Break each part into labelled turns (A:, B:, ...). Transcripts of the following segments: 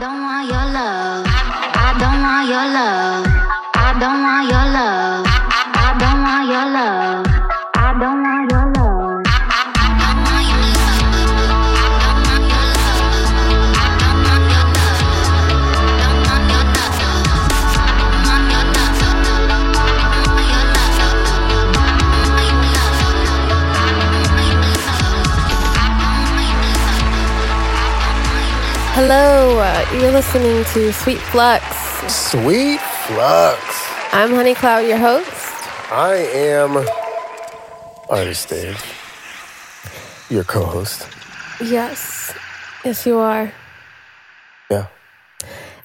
A: don't want your love. I don't want your love. I don't want your love. I don't want your love. I don't want your love. I don't want your love. I don't want your love. I don't want your
B: Hello, uh, you're listening to Sweet Flux.
C: Sweet Flux.
B: I'm Honey Cloud, your host.
C: I am artist Dave, your co-host.
B: Yes, yes, you are.
C: Yeah,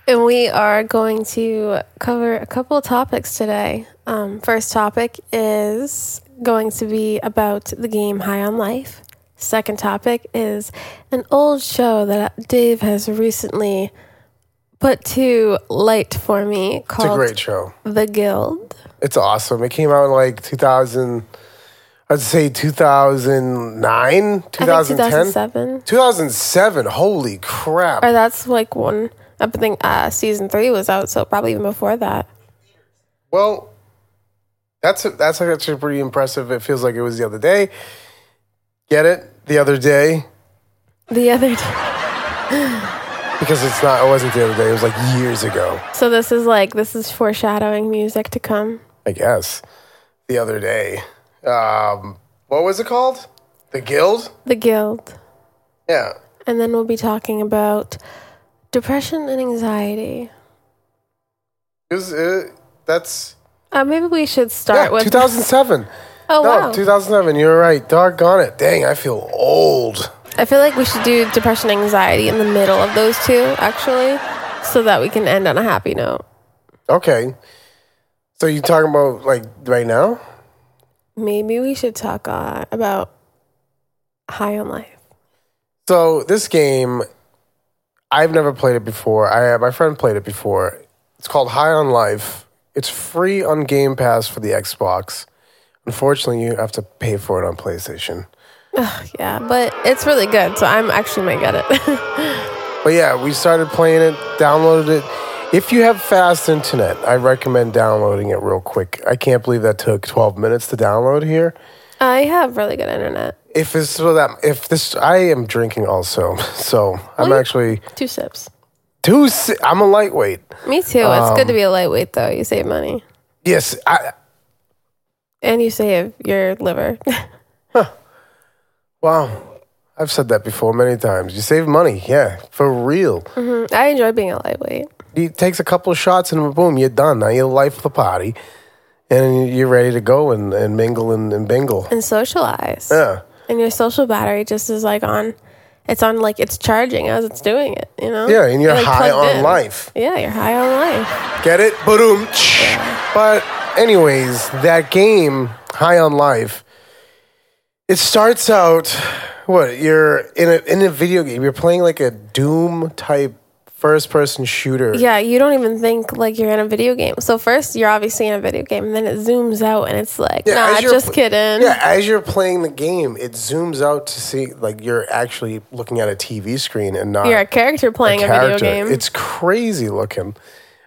B: And we are going to cover a couple of topics today. Um, first topic is going to be about the game High on Life. Second topic is an old show that Dave has recently put to light for me
C: it's a
B: called
C: great show.
B: The Guild.
C: It's awesome. It came out in like 2000. I'd say 2009,
B: I think
C: 2010,
B: 2007.
C: 2007. Holy crap!
B: Or that's like one. I think uh, season three was out, so probably even before that.
C: Well, that's that's actually pretty impressive. It feels like it was the other day. Get it the other day
B: The other day.
C: because it's not. It wasn't the other day. It was like years ago.
B: So this is like this is foreshadowing music to come.
C: I guess, the other day. Um, what was it called? The Guild?
B: The Guild,
C: Yeah.
B: and then we'll be talking about depression and anxiety.
C: It was, uh, that's
B: Uh, maybe we should
C: yeah,
B: start with
C: 2007.
B: Oh
C: no,
B: wow!
C: 2007. You're right. Doggone it. Dang, I feel old.
B: I feel like we should do depression and anxiety in the middle of those two, actually, so that we can end on a happy note.
C: Okay. So you talking about like right now?
B: Maybe we should talk uh, about high on life.
C: So this game, I've never played it before. I my friend played it before. It's called High on Life. It's free on Game Pass for the Xbox. Unfortunately, you have to pay for it on PlayStation.
B: Yeah, but it's really good, so I'm actually might get it.
C: But yeah, we started playing it, downloaded it. If you have fast internet, I recommend downloading it real quick. I can't believe that took 12 minutes to download here.
B: I have really good internet.
C: If it's so that if this I am drinking also. So,
B: Well,
C: I'm
B: you-
C: actually
B: Two sips.
C: too si- I'm a lightweight.
B: Me too. it's good to be
C: Um,
B: a lightweight, though. You save money
C: Yes, I
B: and you save your liver.
C: wow. I've said that before many times. You save money, yeah, for real.
B: I enjoy being a lightweight.
C: It takes a couple of shots and boom, you're done. Now you're life of the party and you're ready to go and, and mingle and, and bingle.
B: And socialize.
C: Yeah.
B: And your social battery just is like on. It's on like it's charging as it's doing it. You know.
C: Yeah, and you're
B: like,
C: high
B: plugged
C: on
B: in.
C: life.
B: Yeah, you're high on life.
C: Get it? Boom. But anyways, that game, High on Life, it starts out what, you're in a in a video game. You're playing like a Doom type first person shooter.
B: Yeah, you don't even think like you're in a video game. So first you're obviously in a video game, and then it zooms out, and it's like,
C: Yeah,
B: nah,
C: as you're
B: just
C: pl-
B: kidding.
C: Yeah, as you're playing the game, it zooms out to see like you're actually looking at a TV screen and not
B: You're a character playing a, video game.
C: It's crazy looking.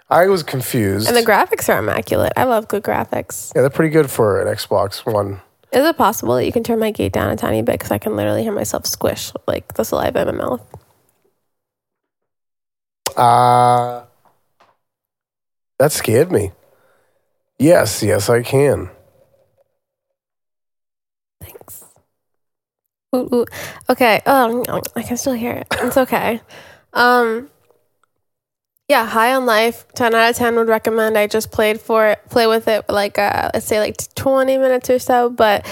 C: I was confused.
B: And the graphics are immaculate. I love good graphics.
C: yeah, they're pretty good for an Xbox One.
B: Is it possible that you can turn my gate down a tiny bit because I can literally hear myself squish like the saliva in my mouth?
C: Uh, that scared me. Yes, yes, I can.
B: Thanks. Ooh, ooh. Okay. Oh, no, I can still hear it. It's okay. Um. Yeah, high on life. Ten out of ten would recommend. I just played for it, play with it like uh, let's say like twenty minutes or so, but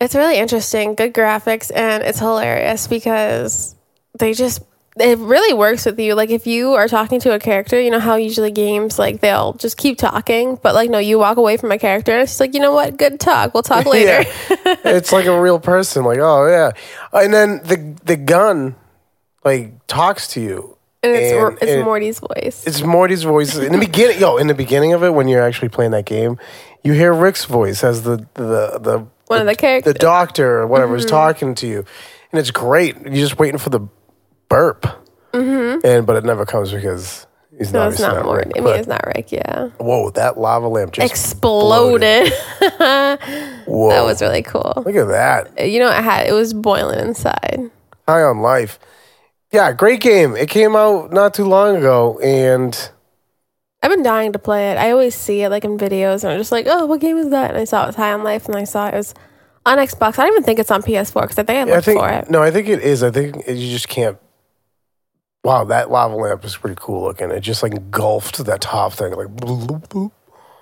B: it's really interesting. Good graphics and it's hilarious because they just it really works with you. Like if you are talking to a character, you know how usually games like they'll just keep talking, but like no, you walk away from a character and it's just like you know what, good talk. We'll talk later.
C: Yeah. it's like a real person. Like, oh yeah, and then the the gun like talks to you.
B: And it's
C: And
B: it's
C: it-
B: Morty's voice.
C: It's Morty's voice in the beginning. Yo, in the beginning of it, when you're actually playing that game, you hear Rick's voice as the the the
B: One of the
C: the
B: characters.
C: doctor or whatever is talking to you, and it's great. You're just waiting for the burp. Mm-hmm. And and but it never comes because he's
B: No,
C: not,
B: it's not Mort.
C: Rick,
B: I mean,
C: but-
B: it's not Rick. Yeah,
C: whoa, that lava lamp just
B: exploded.
C: whoa.
B: that was really cool.
C: Look at that.
B: You know, it had it was boiling inside.
C: High on life. Yeah, great game. It came out not too long ago, and
B: I've been dying to play it. I always see it like in videos, and I'm just like, oh, what game is that? And I saw it was High on Life, and I saw it was on Xbox. I don't even think it's on PS4 because I think I looked
C: I think
B: for it.
C: no, I think it is. I think it- you just can't. Wow, that lava lamp is pretty cool looking. It just like engulfed that top thing, like bloop, bloop, bloop.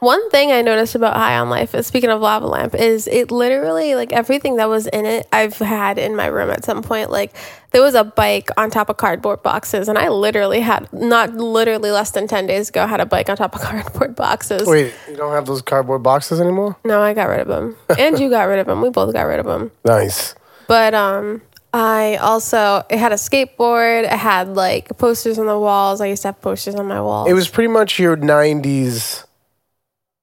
B: One thing I noticed about High on Life is speaking of lava lamp is it literally like everything that was in it I've had in my room at some point. Like there was a bike on top of cardboard boxes, and I literally had not literally less than ten days ago had a bike on top of cardboard boxes.
C: Wait, you don't have those cardboard boxes anymore?
B: No, I got rid of them, and you got rid of them. We both got rid of them.
C: Nice.
B: But um, I also it had a skateboard. It had like posters on the walls. I used to have posters on my wall.
C: It was pretty much your '90s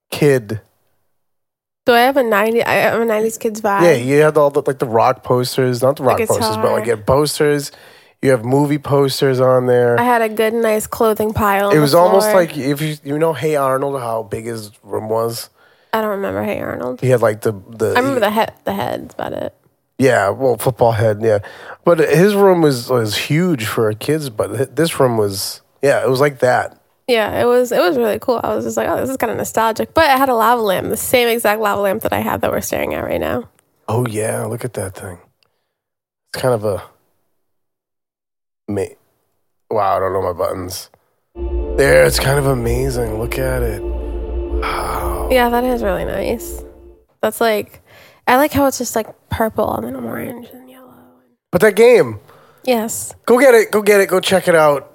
C: kid.
B: so I have a ninety. I have a nineties kids vibe.
C: Yeah, you had all the like the rock posters, not the rock posters, but
B: guitar.
C: like you had posters. You have movie posters on there.
B: I had a good, nice clothing pile. on
C: It
B: the
C: was almost
B: floor.
C: like if you you know Hey Arnold, how big his room was.
B: I don't remember. Hey Arnold.
C: He had like the the
B: I remember the head. The heads, but it.
C: yeah, well football head, yeah. But his room was was huge for a kids, but th- this room was yeah, it was like that.
B: Yeah, it was. It was really cool. I was just like, oh, this is kind of nostalgic. But I had a lava lamp, the same exact lava lamp that I have that we're staring at right now.
C: Oh yeah, look at that thing. It's kind of a ma- Wow, I don't know my buttons. There, it's kind of amazing. Look at it. Wow.
B: Yeah, that is really nice. That's like, I like how it's just like purple and then orange and yellow.
C: But that game,
B: Yes.
C: go get it, go get it, go check it out.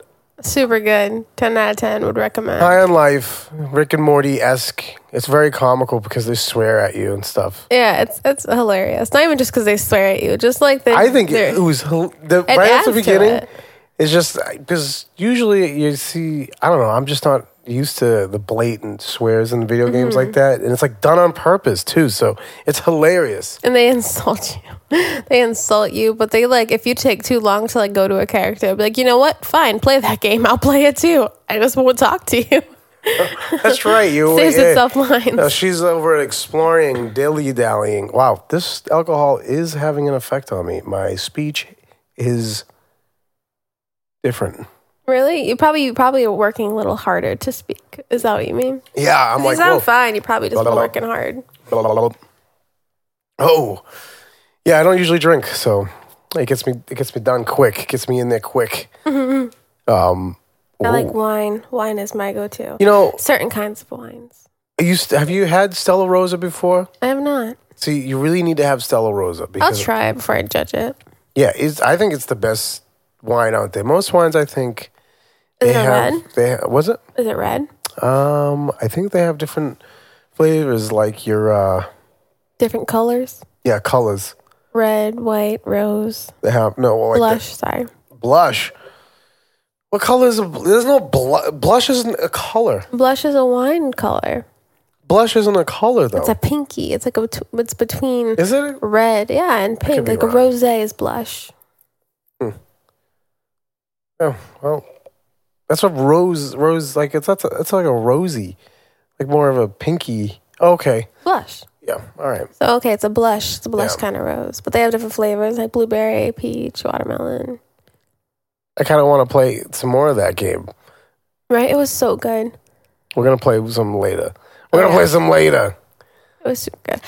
B: Super good. 10 out of 10 would recommend.
C: High on Life, Rick and Morty esque. It's very comical because they swear at you and stuff.
B: yeah, it's it's hilarious. Not even just because they swear at you, just like they.
C: I think
B: they're-
C: it, was hil- the, right at
B: adds
C: the
B: to
C: beginning.
B: it.
C: It's just because usually you see, I don't know, I'm just not used to the blatant swears in video games
B: Mm-hmm.
C: like that. And it's like done on purpose too. So it's hilarious.
B: and they insult you. they insult you, but they like if you take too long to like go to a character, be like, you know what? Fine, play that game. I'll play it too. I just won't talk to you.
C: That's right. You
B: Saves
C: eh.
B: itself lines.
C: No, she's over exploring, dilly dallying. Wow, this alcohol is having an effect on me. My speech is different.
B: really? You probably you probably are working a little harder to speak. Is that what you mean?
C: Yeah, I'm
B: You
C: like,
B: sound
C: whoa.
B: fine. You probably just
C: Blah,
B: been
C: blah,
B: working hard.
C: Blah, blah, blah, blah. Oh, yeah. I don't usually drink, so it gets me. It gets me done quick. It gets me in there quick. um,
B: I like
C: ooh.
B: wine. Wine is my go-to.
C: you know,
B: Certain kinds of wines.
C: you st- have you had Stella Rosa before?
B: I have not.
C: See, you really need to have Stella Rosa
B: I'll
C: because
B: try it before I judge it.
C: yeah, it's, I think it's the best wine out there. Most wines, I think,
B: Is
C: they
B: it
C: have.
B: red?
C: They ha- was it?
B: Is it red?
C: Um, I think they have different flavors, like your uh,
B: Different colors?
C: yeah, colors.
B: Red, white, rose,
C: They have no well, like the-
B: blush. Sorry,
C: blush. What color is a, there's no blush? Blush isn't a color.
B: blush is a wine color.
C: Blush isn't a color though.
B: It's a pinky. It's like a, bet- it's between
C: is Oh. it?
B: red, yeah, and pink.
C: be
B: Like a
C: wrong.
B: rose is blush.
C: Oh well, that's what rose rose like. It's that's a, it's like a rosy, like more of a pinky. Okay,
B: Blush.
C: yeah, all right.
B: So okay, it's a blush. It's a blush
C: Yeah.
B: kind of rose, but they have different flavors like blueberry, peach, watermelon.
C: I kind of want to play some more of that game.
B: Right? It was so good.
C: We're gonna play some later. We're gonna
B: Okay.
C: play some later.
B: It was super good.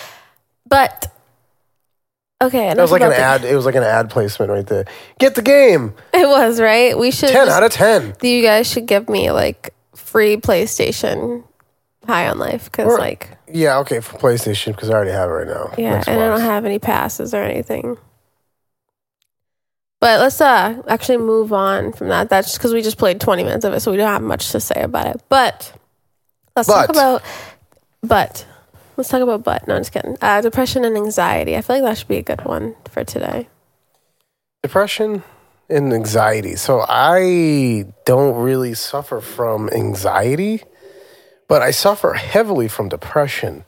B: But okay,
C: That was like an ad. It was like an ad placement right there. Get the game.
B: It was right. We should.
C: Ten
B: just-
C: out of ten.
B: you guys should give me like free PlayStation High on Life because
C: Or-
B: like
C: Yeah, okay, for PlayStation because I already have it right now.
B: yeah, and I
C: Xbox.
B: don't have any passes or anything. But let's uh actually move on from that. That's because we just played twenty minutes of it, so we don't have much to say about it. But let's talk
C: But.
B: about but let's talk about but. No, I'm just kidding. Uh, depression and anxiety. I feel like that should be a good one for today.
C: depression and anxiety. So I don't really suffer from anxiety, but I suffer heavily from depression.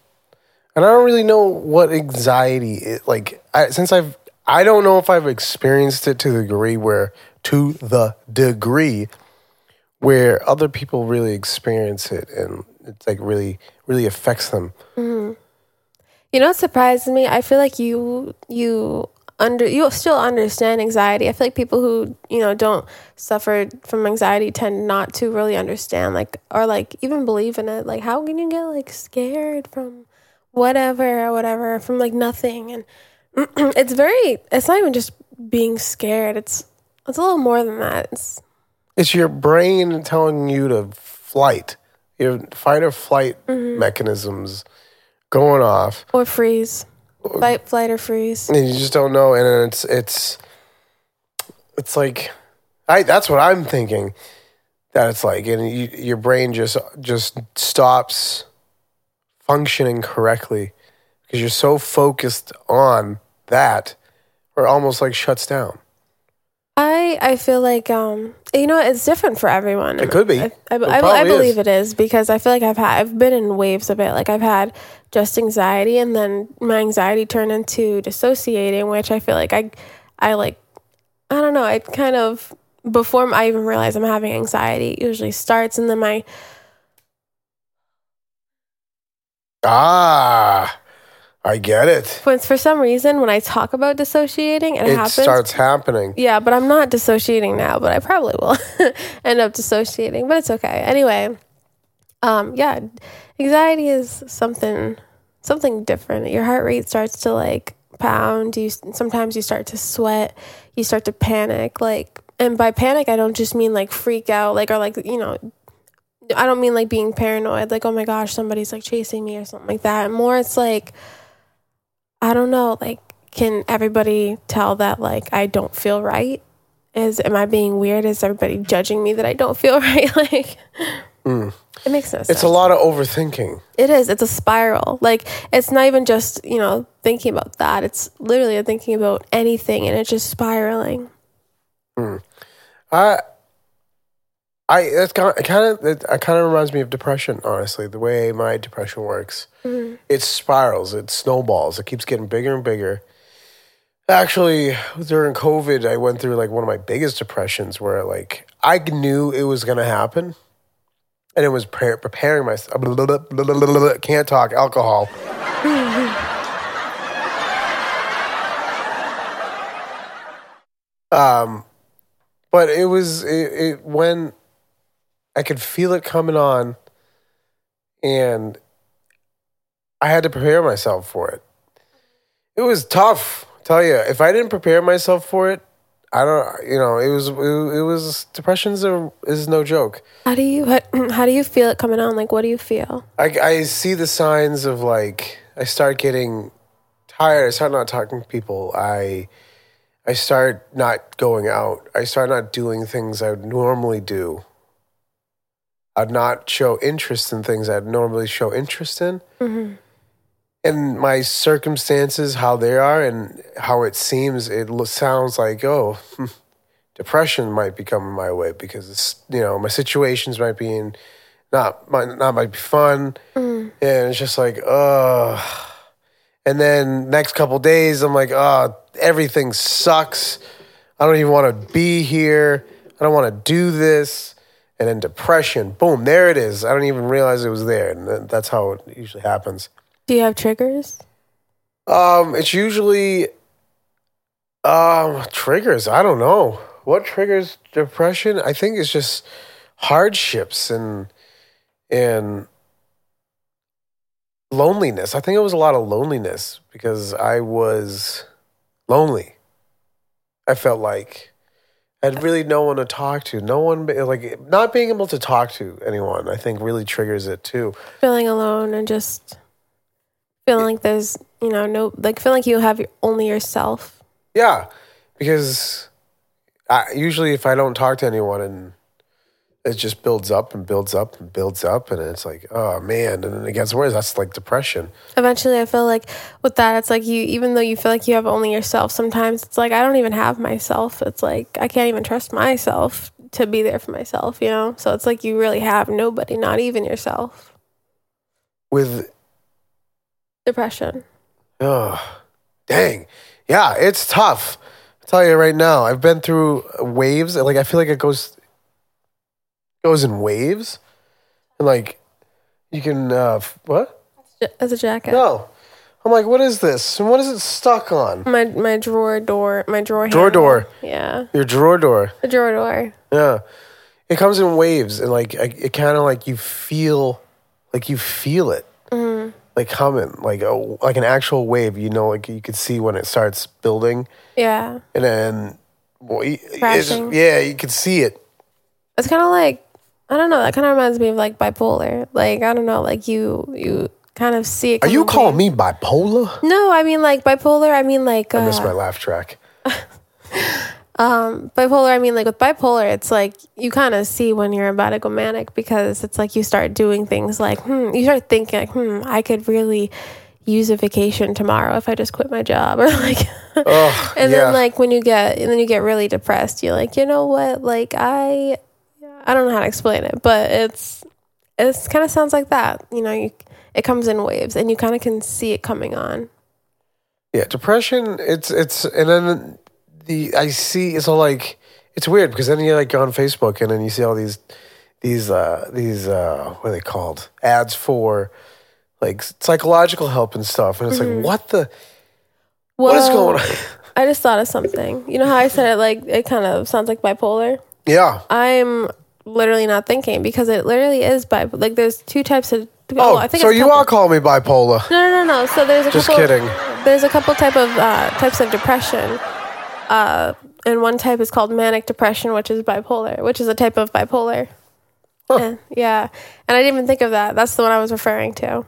C: And I don't really know what anxiety is like I, since I've I don't know if I've experienced it to the degree where to the degree where other people really experience it and it's like really really affects them.
B: You know what surprised me? I feel like you you under you still understand anxiety. I feel like people who, you know, don't suffer from anxiety tend not to really understand like or like even believe in it. Like how can you get like scared from whatever or whatever from like nothing and it's very it's not even just being scared. It's it's a little more than that. It's
C: It's your brain telling you to flight. Your fight or flight
B: Mm-hmm.
C: mechanisms going off.
B: or freeze. Fight, flight or freeze.
C: and you just don't know and then it's it's it's like i that's what i'm thinking that it's like and you, your brain just just stops functioning correctly because you're so focused on that or almost like shuts down
B: I I feel like um you know it's different for everyone.
C: It could be.
B: I, I,
C: It
B: I- I
C: probably
B: believe
C: is.
B: it is because I feel like I've had I've been in waves of it. Like I've had just anxiety, and then my anxiety turned into dissociating, which I feel like I I like I don't know. I kind of before I even realize I'm having anxiety, it usually starts, and then my
C: ah i get it
B: for for some reason when I talk about dissociating, it,
C: it
B: happens.
C: starts happening
B: yeah, but I'm not dissociating now, but I probably will end up dissociating, but it's okay. Anyway, um yeah, anxiety is something something different. Your heart rate starts to like pound, you sometimes you start to sweat, you start to panic like and by panic I don't just mean like freak out like or like, you know, I don't mean like being paranoid like oh my gosh, somebody's like chasing me or something like that. More it's like I don't know, like can everybody tell that like I don't feel right? Is am I being weird? Is everybody judging me that I don't feel right? like
C: Hmm.
B: it makes no sense.
C: it's a lot of overthinking
B: It is. It's a spiral. Like it's not even just, you know, thinking about that. It's literally thinking about anything and it's just spiraling.
C: I, I that's kind of, kind of it kind of reminds me of depression. Honestly, the way my depression works, it spirals, it snowballs, it keeps getting bigger and bigger. Actually, during COVID, I went through like one of my biggest depressions where like I knew it was gonna happen, and it was pre- preparing myself. Can't talk alcohol. um but it was it, it when I could feel it coming on, and I had to prepare myself for it. It was tough, tell you. If I didn't prepare myself for it, I don't. You know, it was it, it was depression's a, is no joke.
B: How do you how, how do you feel it coming on? Like what do you feel?
C: I I see the signs of like I start getting tired. I start not talking to people. I I start not going out. I start not doing things I would normally do. I'd not show interest in things I'd normally show interest in. And my circumstances, how they are, and how it seems, it lo- sounds like, oh, depression might be coming my way because it's, you know my situations might be in not might not might be fun, and it's just like, ugh. And then next couple days, I'm like, oh, everything sucks. I don't even want to be here. I don't want to do this. And then depression, boom, there it is. I don't even realize it was there. And th- that's how it usually happens.
B: Do you have triggers?
C: Um, it's usually um triggers. I don't know what triggers depression. I think it's just hardships and and loneliness. I think it was a lot of loneliness because I was lonely. I felt like I had really no one to talk to. No one like not being able to talk to anyone. I think really triggers it too.
B: Feeling alone and just feeling like there's, you know, no like feeling like you have your, only yourself.
C: Yeah, because I, usually if I don't talk to anyone and it just builds up and builds up and builds up and it's like oh man and then it gets worse that's like depression
B: Eventually I feel like with that it's like you even though you feel like you have only yourself, sometimes it's like I don't even have myself. It's like I can't even trust myself to be there for myself, you know? So it's like you really have nobody, not even yourself.
C: with
B: Depression.
C: oh dang yeah it's tough tell you right now, I've been through waves. and, Like I feel like it goes goes in waves, and like you can uh, f- what?
B: As a jacket.
C: No, I'm like, what is this? And what is it stuck on?
B: My my drawer door. My drawer.
C: Drawer
B: handle.
C: door.
B: Yeah.
C: Your drawer door.
B: The drawer door.
C: Yeah, it comes in waves, and like I, it kind of like you feel, like you feel it, like coming, like a, like an actual wave. You know, like you could see when it starts building,
B: Yeah.
C: and then well, y- it's-
B: Crashing.
C: yeah, you could see it.
B: It's kind of like I don't know. That kind of reminds me of like bipolar. Like I don't know. Like you you kind of see it.
C: Are you
B: coming.
C: calling me bipolar?
B: No, I mean like bipolar. I mean like
C: I missed
B: uh,
C: my laugh track.
B: Um, bipolar. I mean like with bipolar, it's like you kind of see when you're about to go manic because it's like you start doing things like hmm. You start thinking like hmm. I could really use a vacation tomorrow if I just quit my job or like.
C: Ugh,
B: and
C: Oh, yeah.
B: then like when you get and then you get really depressed you're like you know what like i i don't know how to explain it but it's it's kind of sounds like that you know you it comes in waves and you kind of can see it coming on
C: yeah, depression. It's it's and then the I see it's all like it's weird because then you like go on Facebook and then you see all these these uh these uh what are they called ads for like psychological help and stuff and it's like what the what is
B: Mm-hmm. Well,
C: going on
B: i just thought of something you know how i said it like it kind of sounds like bipolar
C: yeah
B: i'm literally not thinking because it literally is bipolar like there's two types of
C: oh
B: well, i think
C: so
B: it's a
C: you
B: couple-
C: are calling me bipolar
B: No, no, no, no. So there's a
C: Just
B: couple.
C: kidding.
B: There's a couple type of uh, types of depression, uh, and one type is called manic depression, which is bipolar, which is a type of bipolar.
C: Huh.
B: Eh, yeah, and I didn't even think of that. That's the one I was referring to.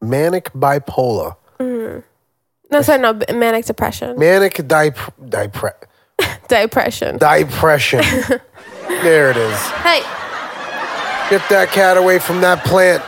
C: manic bipolar
B: No, sorry, no, b- manic depression,
C: manic dip dipre-
B: depression.
C: depression there it is
B: hey,
C: Get that cat away from that plant.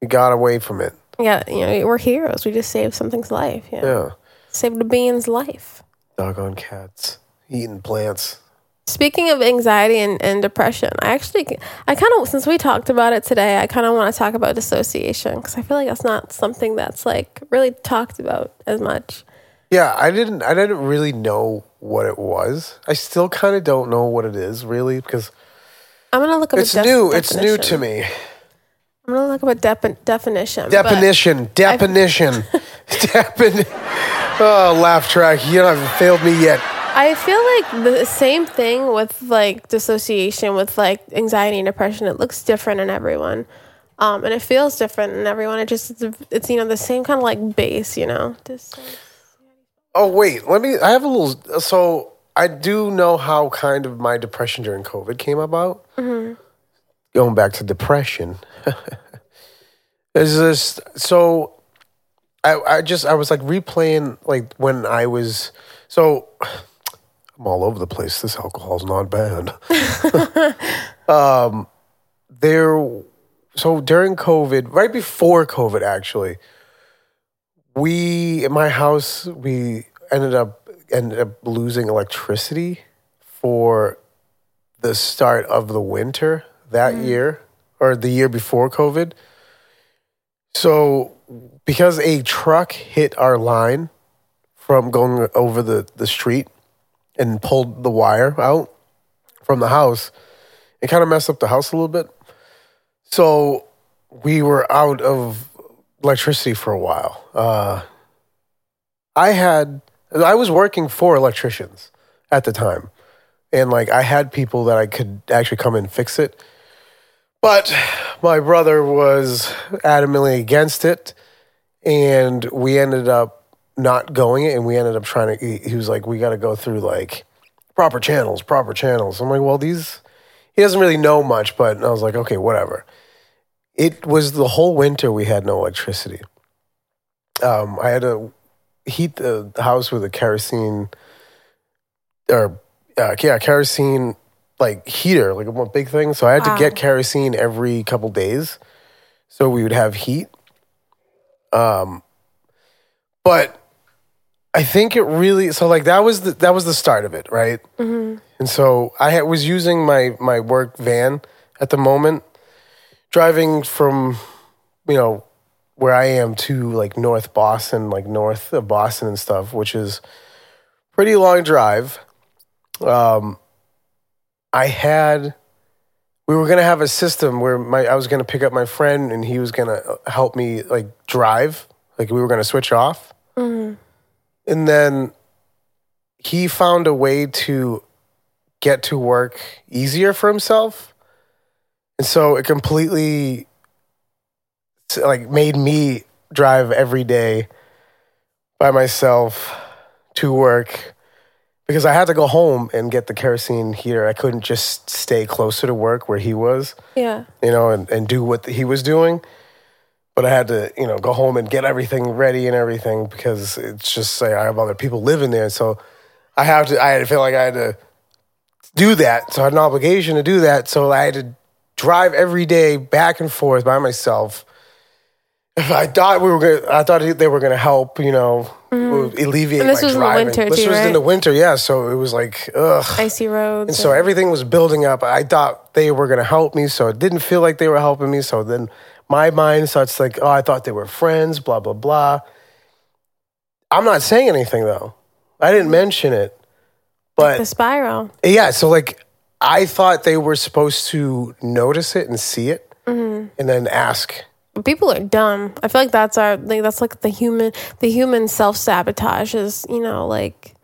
C: you got away from it.
B: yeah, you know we're heroes. We just saved something's life. Yeah,
C: Yeah.
B: saved a being's life.
C: Doggone cats. Eating plants.
B: Speaking of anxiety and, and depression, I actually, I kind of, since we talked about it today, I kind of want to talk about dissociation because I feel like that's not something that's like really talked about as much.
C: Yeah, I didn't I didn't really know what it was. I still kind of don't know what it is really because
B: I'm going to look up
C: it's
B: a def-
C: new. It's new
B: definition.
C: to me.
B: I'm going to look up a defi- definition. but-
C: Definition. Definition. Defin- oh, laugh track. You haven't failed me yet.
B: I feel like the same thing with like dissociation, with like anxiety and depression. It looks different in everyone, um, and it feels different in everyone. It just it's, it's you know the same kind of like base, you know. Dis-
C: Oh wait, let me. I have a little. So I do know how kind of my depression during COVID came about. Going back to depression, is this so? I I just I was like replaying like when I was so. I'm all over the place. This alcohol's not bad. um, there. So during COVID, right before COVID, actually, we at my house we ended up ended up losing electricity for the start of the winter that year or the year before covid so because a truck hit our line from going over the, the street and pulled the wire out from the house it kind of messed up the house a little bit so we were out of electricity for a while. Uh, I had I was working for electricians at the time, and like I had people that I could actually come and fix it. But my brother was adamantly against it, and we ended up not going it. And we ended up trying to. He he was like, "We got to go through like proper channels, proper channels." I'm like, "Well, these." He doesn't really know much, but I was like, "Okay, whatever." it was the whole winter we had no electricity. Um, I had to heat the the house with a kerosene or uh, yeah, kerosene like heater, like a big thing. So I had
B: Wow.
C: to get kerosene every couple days, so we would have heat. Um, but I think it really so like that was the that was the start of it, right? Mm-hmm. And so I had, was using my my work van at the moment driving from you know where I am to like North Boston, like north of Boston and stuff, which is pretty long drive. Um, I had we were gonna have a system where my I was gonna pick up my friend and he was gonna uh, help me like drive. Like we were gonna switch off, Mm-hmm. and then he found a way to get to work easier for himself, and so it completely like made me drive every day by myself to work because I had to go home and get the kerosene heater. I couldn't just stay closer to work where he was,
B: Yeah.
C: you know, and, and do what he was doing. But I had to, you know, go home and get everything ready and everything because it's just like I have other people living there. So I have to, I had to feel like I had to do that. So I had an obligation to do that. So I had to drive every day back and forth by myself. I thought we were gonna, I thought they were gonna help, you know,
B: Mm-hmm.
C: alleviate
B: And this
C: my
B: was in the
C: driving.
B: winter
C: this
B: too,
C: was in
B: right?
C: the winter, yeah. So it was like, ugh.
B: Icy roads.
C: And so everything was building up. I thought they were going to help me. So it didn't feel like they were helping me. So then my mind starts like, oh, I thought they were friends, blah, blah, blah. I'm not saying anything though. I didn't mention it.
B: the
C: But
B: spiral.
C: yeah, so like I thought they were supposed to notice it and see it
B: Mm-hmm.
C: and then ask.
B: But people are dumb. I feel like that's our like that's like the human the human self sabotage is, you know, like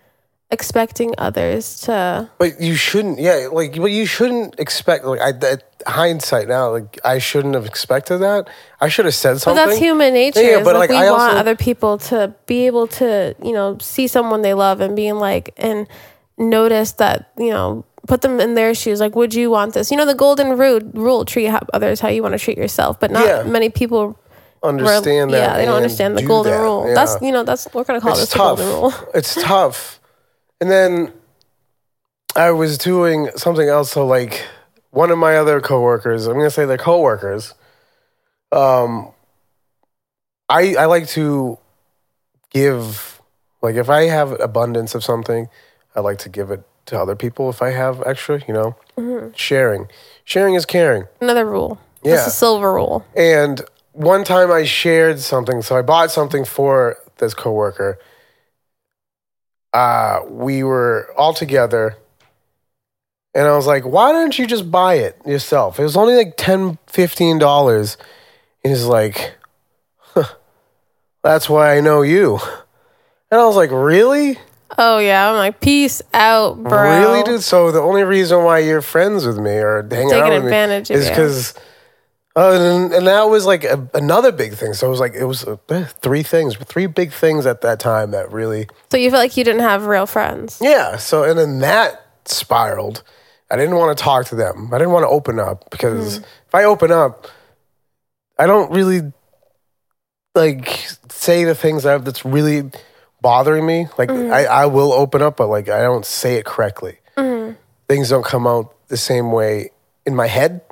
B: expecting others to
C: But you shouldn't, yeah, like, but you shouldn't expect, like, I, that hindsight now, like, I shouldn't have expected that. I should have said
B: But
C: something.
B: that's human nature.
C: Yeah,
B: Yeah,
C: but,
B: like,
C: like,
B: we
C: I
B: want
C: also-
B: other people to be able to, you know, see someone they love and being like and notice that, you know, put them in their shoes. Like, would you want this? You know, the golden rule: rule treat ho- others how you want to treat yourself. But not
C: Yeah.
B: many people were-
C: Understand that.
B: Yeah, they don't
C: and
B: understand the
C: do
B: golden
C: that,
B: rule.
C: yeah.
B: That's you know, that's we're gonna call
C: it's
B: this
C: tough.
B: the golden rule.
C: it's tough. And then I was doing something else. So like one of my other coworkers, I'm gonna say they're coworkers. Um, I I like to give like if I have abundance of something, I like to give it to other people. If I have extra, you know,
B: Mm-hmm.
C: sharing, sharing is caring.
B: Another rule.
C: Yeah.
B: That's the silver rule.
C: And one time I shared something, so I bought something for this coworker. Uh, we were all together, and I was like, "Why don't you just buy it yourself?" It was only like 10 dollars, and he's like, huh, "That's why I know you." And I was like, "Really,
B: Oh yeah, I'm like peace out, bro.
C: really, dude?" So the only reason why you're friends with me or hanging out
B: Taking
C: with me
B: advantage of
C: is
B: you.
C: because uh, and, and that was like a, another big thing so it was like it was uh, eh, three things three big things at that time that really
B: So you feel like you didn't have real friends.
C: yeah so and then that spiraled i didn't want to talk to them i didn't want to open up because if i open up i don't really like say the things that that's really bothering me like I, I will open up but like i don't say it correctly things don't come out the same way in my head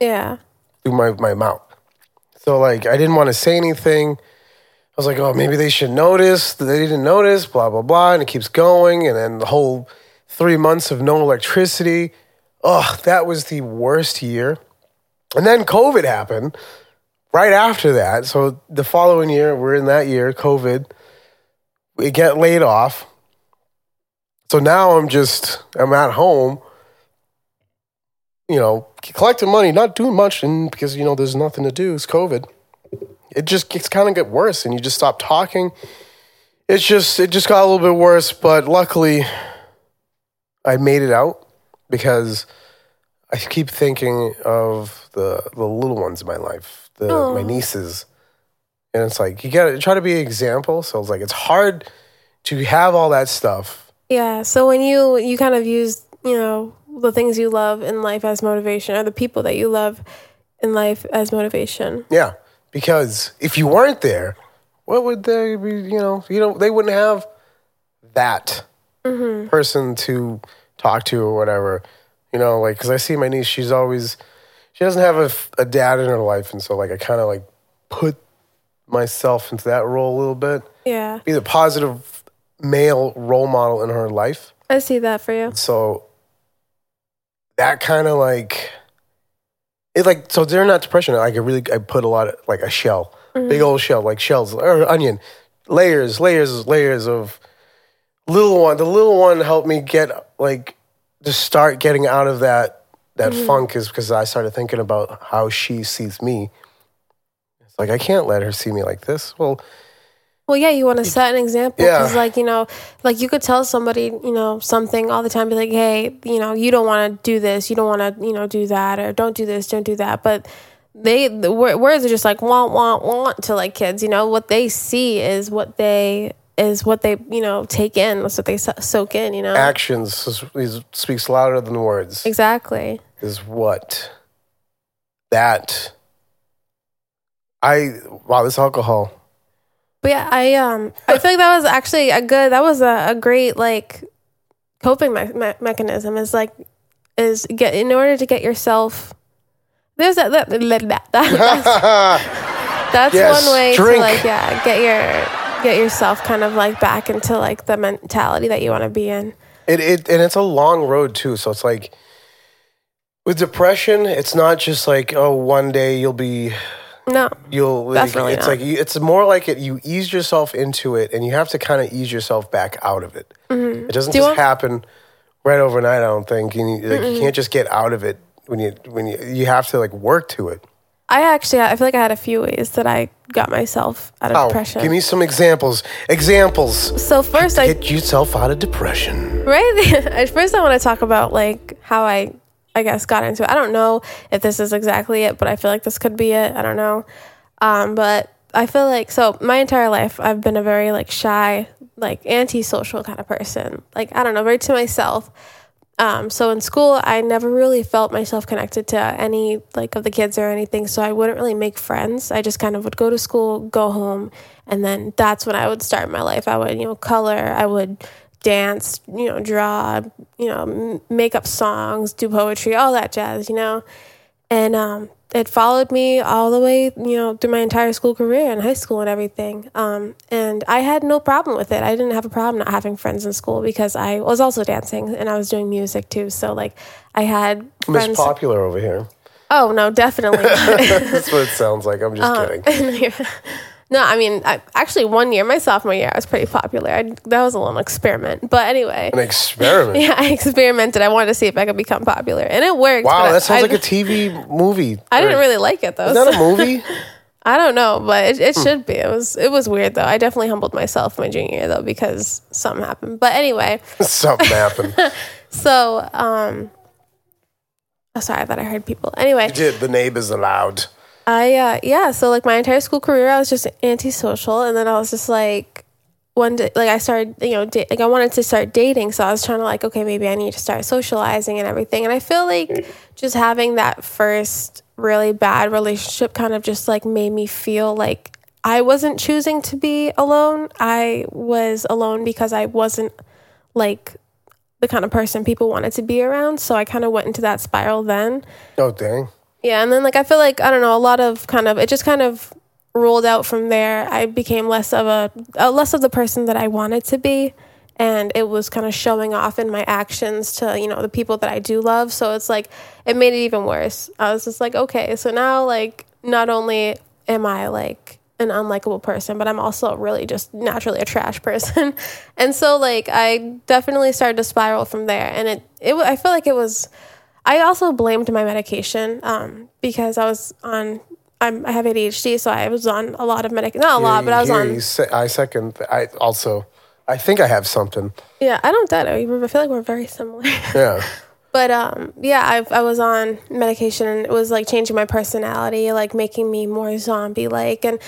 B: Yeah.
C: through my, my mouth. So like I didn't want to say anything. I was like, oh, maybe they should notice. They didn't notice, blah, blah, blah. And it keeps going. And then the whole three months of no electricity. Oh, that was the worst year. And then COVID happened right after that. So the following year, we're in that year, COVID. We get laid off. So now I'm just I'm at home you know, collecting money, not doing much, and because you know there's nothing to do. It's COVID. It just it's kind of get worse, and you just stop talking. It's just it just got a little bit worse, but luckily, I made it out because I keep thinking of the the little ones in my life, the my
B: Aw.
C: nieces, and it's like you gotta try to be an example. So it's like it's hard to have all that stuff
B: Yeah. So when you you kind of use you know the things you love in life as motivation, or the people that you love in life as motivation.
C: Yeah, because if you weren't there, what would they be? You know, you know, they wouldn't have that person to talk to or whatever. You know, like because I see my niece, she's always she doesn't have a, f- a dad in her life, and so like I kind of like put myself into that role a little bit,
B: Yeah.
C: be the positive male role model in her life.
B: I see that for you.
C: So that kind of like it like so they're not depression. Like I really I put a lot of like a shell, big old shell, like shells or onion, layers, layers, layers of little one, the little one helped me get like to start getting out of that that funk is because I started thinking about how she sees me. It's like I can't let her see me like this. Well,
B: Well, yeah, you want to set an example
C: Yeah.
B: because, like, you know, like you could tell somebody, you know, something all the time, be like, hey, you know, you don't want to do this, you don't want to, you know, do that, or don't do this, don't do that. But they, the wor- words are just like want, want, want to like kids. You know, what they see is what they is what they, you know, take in. That's what they so- soak in. You know,
C: actions is, is, speaks louder than words.
B: exactly.
C: Is what that I wow this alcohol.
B: But yeah, I um, I feel like that was actually a good, that was a, a great like coping me- me- mechanism. Is like is get in order to get yourself. There's that that, that, that- that's, that's
C: Yes,
B: one way
C: drink.
B: to like yeah get your get yourself kind of like back into like the mentality that you want to be in.
C: It, it and it's a long road too. So it's like with depression, it's not just like oh one day you'll be
B: No,
C: you'll like,
B: Definitely
C: it's
B: not.
C: like you, it's more like it you ease yourself into it and you have to kind of ease yourself back out of it. It doesn't
B: Mm-hmm. Do you
C: just
B: want-
C: happen right overnight. I don't think you need, like, you can't just get out of it when you when you you have to like work to it.
B: I actually I feel like I had a few ways that I got myself out of
C: Oh,
B: depression.
C: give me some examples. Examples.
B: so first I
C: Get yourself out of depression.
B: Right? At first, I want to talk about like how I, I guess, got into it. I don't know if this is exactly it, but I feel like this could be it. I don't know. Um, but I feel like so my entire life I've been a very like shy, like antisocial kind of person. Like I don't know, very to myself. Um, so in school, I never really felt myself connected to any like of the kids or anything. So I wouldn't really make friends. I just kind of would go to school, go home, and then that's when I would start my life. I would you know color, I would dance, you know draw, you know m- make up songs, do poetry, all that jazz, you know, and um, it followed me all the way you know through my entire school career and high school and everything. Um, and I had no problem with it. I didn't have a problem not having friends in school because I was also dancing and I was doing music too. So like I had
C: Miss
B: friends.
C: Popular over here.
B: Oh no, definitely. not.
C: That's what it sounds like. I'm
B: Uh,
C: just kidding.
B: no, I mean, I, actually, one year, my sophomore year, I was pretty popular. I, that was a little experiment. But anyway,
C: An experiment.
B: yeah, I experimented. I wanted to see if I could become popular, and it worked.
C: Wow,
B: but
C: that sounds
B: I,
C: like a TV movie.
B: I didn't
C: Or-
B: really like it though.
C: Is that
B: so-
C: a movie?
B: I don't know, but it, it should be. It was it was weird though. I definitely humbled myself my junior year though because something happened. But anyway,
C: Something happened. You
B: so um, oh, sorry, I thought I heard people. Anyway,
C: did. The neighbors allowed.
B: I uh, yeah, so like my entire school career, I was just antisocial, and then I was just like one day, like I started, you know, da- like I wanted to start dating, so I was trying to like, okay, maybe I need to start socializing and everything, and I feel like just having that first really bad relationship kind of just like made me feel like I wasn't choosing to be alone. I was alone because I wasn't like the kind of person people wanted to be around, so I kind of went into that spiral then.
C: Oh dang.
B: Yeah, and then like I feel like I don't know a lot of kind of it just kind of rolled out from there. I became less of a uh, less of the person that I wanted to be, and it was kind of showing off in my actions to you know the people that I do love. So it's like it made it even worse. I was just like, okay, so now like not only am I like an unlikable person, but I'm also really just naturally a trash person, and so like I definitely started to spiral from there, and it it wa- I feel like it was. I also blamed my medication um, because I was on. I'm, I have ADHD, so I was on a lot of medication. Not a lot, but I was
C: Here
B: on.
C: you se- I second. I also. I think I have something.
B: Yeah, I don't doubt it. We- I feel like we're very similar.
C: Yeah.
B: but um, yeah, I, I was on medication, and it was like changing my personality, like making me more zombie-like, and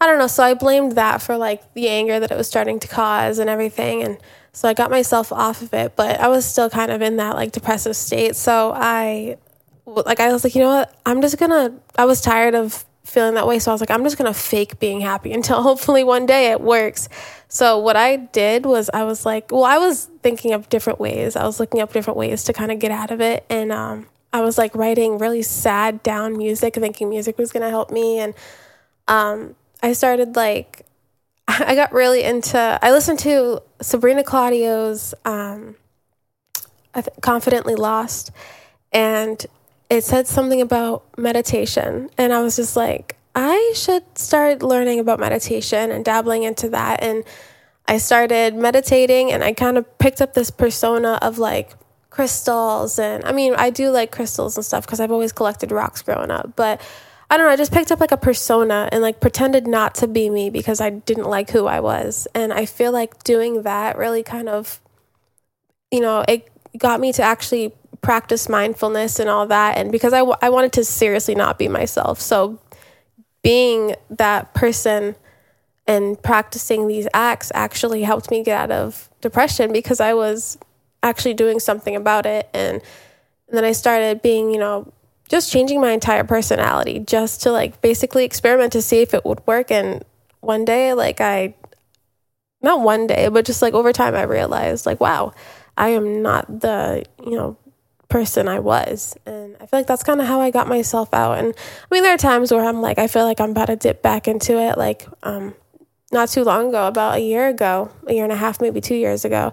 B: I don't know. So I blamed that for like the anger that it was starting to cause and everything, and so I got myself off of it. But I was still kind of in that like depressive state, so I well, like I was like, you know what? I'm just gonna. I was tired of feeling that way, so I was like, I'm just gonna fake being happy until hopefully one day it works. So what I did was I was like, well, I was thinking of different ways. I was looking up different ways to kind of get out of it, and um, I was like writing really sad down music, thinking music was gonna help me, and um, I started like. I got really into. I listened to Sabrina Claudio's um, I th- confidently lost and it said something about meditation and i was just like i should start learning about meditation and dabbling into that and I started meditating and I kind of picked up this persona of like crystals. And I mean, I do like crystals and stuff because I've always collected rocks growing up. But I don't know, I just picked up like a persona and like pretended not to be me because I didn't like who I was. And I feel like doing that really kind of, you know, it got me to actually practice mindfulness and all that. And because I, w- I wanted to seriously not be myself. So being that person and practicing these acts actually helped me get out of depression because I was actually doing something about it. And, and then I started being, you know, just changing my entire personality just to like basically experiment to see if it would work. And one day, like, I, not one day, but just like over time, I realized, like, wow, I am not the, you know, person I was. And I feel like that's kind of how I got myself out. And I mean, there are times where I'm like, I feel like I'm about to dip back into it. Like, um, not too long ago, about a year ago, a year and a half, maybe two years ago,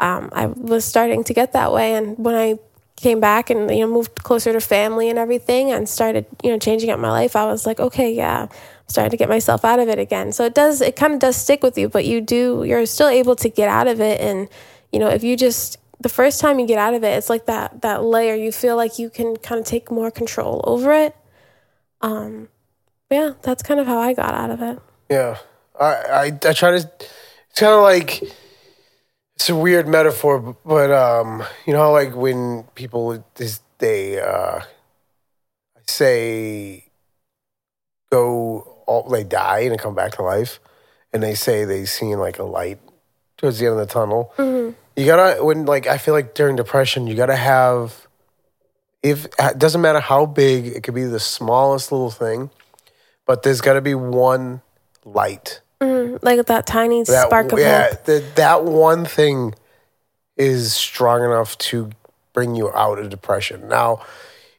B: um, I was starting to get that way. And when I came back and you know moved closer to family and everything, and started you know changing up my life, I was like, okay, yeah, I'm starting to get myself out of it again. So it does, it kind of does stick with you, but you do, you're still able to get out of it. And you know, if you just the first time you get out of it, it's like that that layer. You feel like you can kind of take more control over it. Um, yeah, that's kind of how I got out of it.
C: Yeah. I, I, I try to, it's kind of like, it's a weird metaphor, b- but, um, you know, how, like when people, this, they, uh, say go, all, they die and come back to life. And they say they seen like a light towards the end of the tunnel. You gotta, when like, I feel like during depression, you gotta have, if it doesn't matter how big, it could be the smallest little thing, but there's gotta be one light
B: Mm-hmm. like that tiny spark of
C: yeah,
B: hope.
C: that- that one thing is strong enough to bring you out of depression. Now,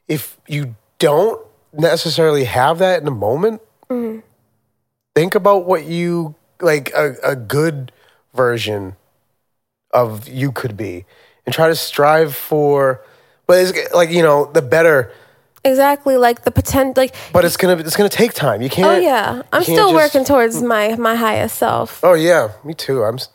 C: if you don't necessarily have that in the moment,
B: Mm-hmm.
C: think about what you like a, a good version of you could be and try to strive for but it's like you know the better
B: Exactly, like the potential. Like,
C: but it's gonna it's gonna take time you can't
B: oh yeah, I'm
C: you can't
B: still
C: just-
B: working towards my my highest self.
C: oh yeah me too i'm s-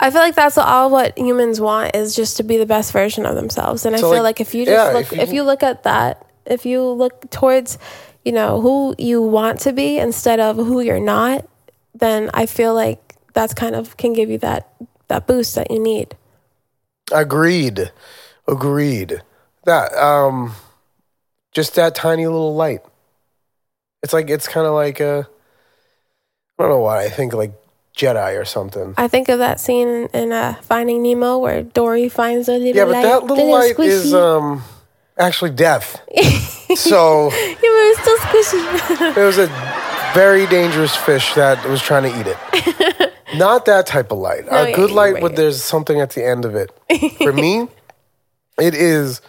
B: I feel like that's all what humans want is just to be the best version of themselves. And I
C: So,
B: feel like,
C: like,
B: if you
C: yeah,
B: just look,
C: if
B: if
C: you-
B: you, look at that, if you look towards, you know, who you want to be instead of who you're not, then I feel like that's kind of can give you that that boost that you need.
C: Agreed. Agreed. That um just that tiny little light. It's like it's kind of like a I don't know why I think like Jedi or something.
B: I think of that scene in uh, Finding Nemo where Dory finds a little
C: Yeah, but
B: light.
C: that little light is uh, um actually death. so
B: Yeah, but it was still squishy.
C: it was a very dangerous fish that was trying to eat it. Not that type of light.
B: No,
C: a
B: yeah,
C: good
B: you're
C: light
B: right.
C: with there's something at the end of it. For me, it is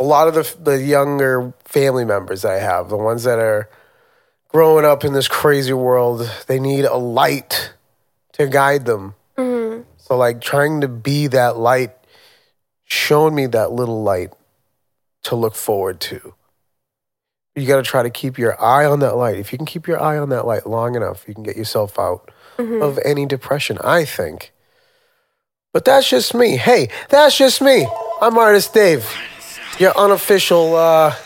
C: a lot of the the younger family members that I have, the ones that are growing up in this crazy world, they need a light to guide them.
B: Mm-hmm.
C: So like trying to be that light showed me that little light to look forward to. You got to try to keep your eye on that light. If you can keep your eye on that light long enough, you can get yourself out of any depression, I think. But that's just me. Hey, that's just me. I'm artist Dave. Your unofficial uh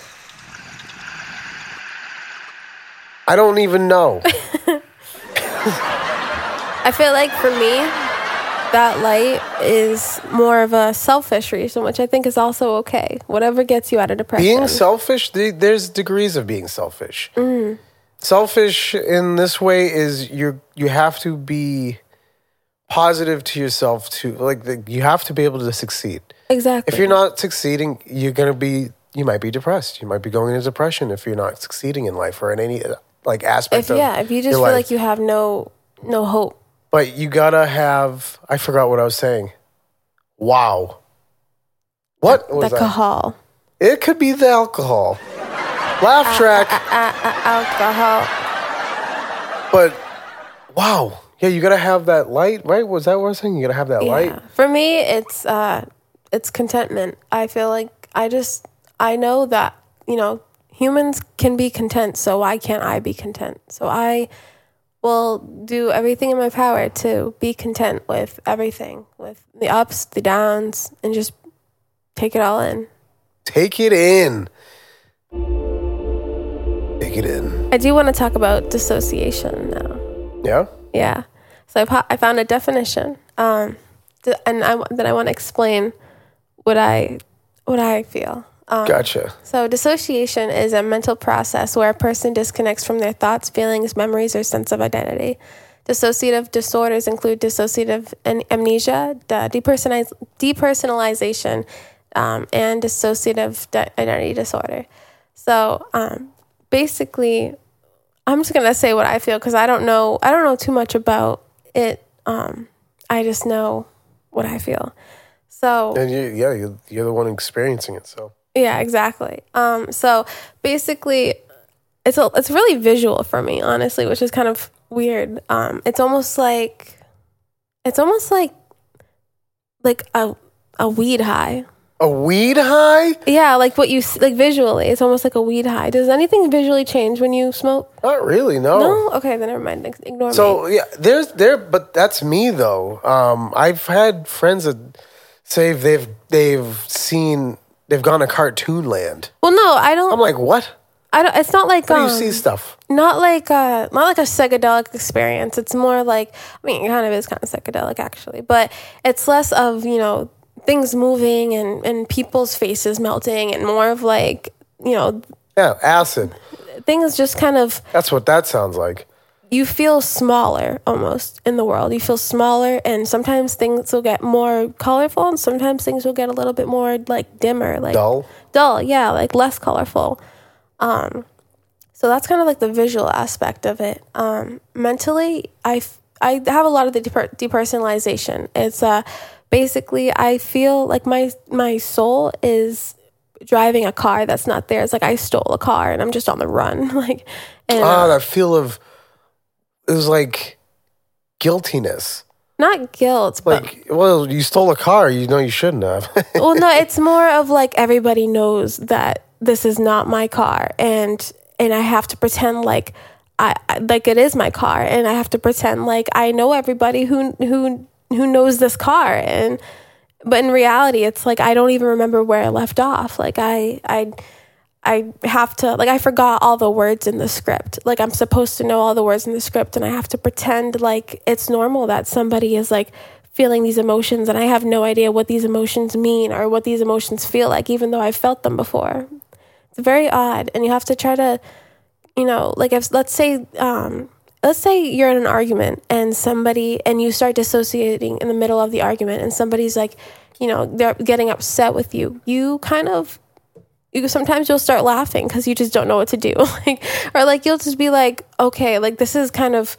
C: I don't even know.
B: I feel like for me, that light is more of a selfish reason, which I think is also okay. Whatever gets you out of depression.
C: being selfish th- there's degrees of being selfish selfish in this way is you you have to be positive to yourself to like the, you have to be able to succeed
B: exactly.
C: if you're not succeeding you're going to be you might be depressed you might be going into depression if you're not succeeding in life or in any uh, like aspect
B: if
C: of
B: yeah, if you just
C: your
B: feel
C: life.
B: like you have no no hope.
C: but you gotta have i forgot what i was saying wow what was
B: the
C: that?
B: alcohol.
C: it could be the alcohol
B: Uh,
C: laugh track
B: Alcohol.
C: But wow, yeah, you gotta have that light, right? Was that what I was saying? You gotta have that light.
B: Yeah. For me, it's uh it's contentment. I feel like I just I know that, you know, humans can be content, so why can't I be content? So I will do everything in my power to be content with everything, with the ups, the downs, and just take it all in.
C: Take it in. Take it in.
B: I do want to talk about dissociation now.
C: Yeah?
B: Yeah. So I, po- I found a definition, um, th- and I, w- then I want to explain what I what I feel. Um,
C: Gotcha.
B: So dissociation is a mental process where a person disconnects from their thoughts, feelings, memories, or sense of identity. Dissociative disorders include dissociative an- amnesia, de- depersonaliz- depersonalization, um, and dissociative di- identity disorder. So um, basically, I'm just gonna say what I feel because I don't know I don't know too much about it. Um, I just know what I feel. So
C: And you, yeah, you're, you're the one experiencing it. So
B: yeah, exactly. Um, so basically, it's a, it's really visual for me, honestly, which is kind of weird. Um, it's almost like it's almost like like a a weed high.
C: a weed high?
B: Yeah, like what you s- like visually, it's almost like a weed high. Does anything visually change when you smoke?
C: Not really.
B: No. Okay, then never mind. Ex- Ignore me.
C: Oh. So yeah, there's there, but that's me though. Um, I've had friends that say they've they've seen they've gone to cartoon land.
B: Well, no, I
C: I'm
B: don't.
C: like, what?
B: I don't. It's not like
C: How do you
B: um,
C: see stuff?
B: not like a not like a psychedelic experience. It's more like I mean, it kind of is kind of psychedelic actually, but it's less of you know things moving and and people's faces melting, and more of like you know
C: Yeah, acid.
B: things just kind of
C: That's what that sounds like.
B: you feel smaller almost in the world. You feel smaller, and sometimes things will get more colorful, and sometimes things will get a little bit more like dimmer, like
C: Dull.
B: dull yeah like less colorful um so that's kind of like the visual aspect of it um mentally i f- i have a lot of the deper- depersonalization it's uh basically i feel like my my soul is driving a car that's not theirs like i stole a car and i'm just on the run like and
C: Ah, that feel of it was like guiltiness.
B: not guilt but
C: Like, well, you stole a car. You know you shouldn't have.
B: well, no, it's more of like everybody knows that this is not my car, and and I have to pretend like I I- like it is my car, and I have to pretend like I know everybody who who who knows this car, and but in reality, it's like I don't even remember where I left off. Like I I. I have to like I forgot all the words in the script. Like I'm supposed to know all the words in the script and I have to pretend like it's normal that somebody is like feeling these emotions and I have no idea what these emotions mean or what these emotions feel like even though I've felt them before. It's very odd and you have to try to you know, like if let's say um let's say you're in an argument and somebody and you start dissociating in the middle of the argument and somebody's like, you know, they're getting upset with you. You kind of you sometimes you'll start laughing because you just don't know what to do like or like you'll just be like okay like this is kind of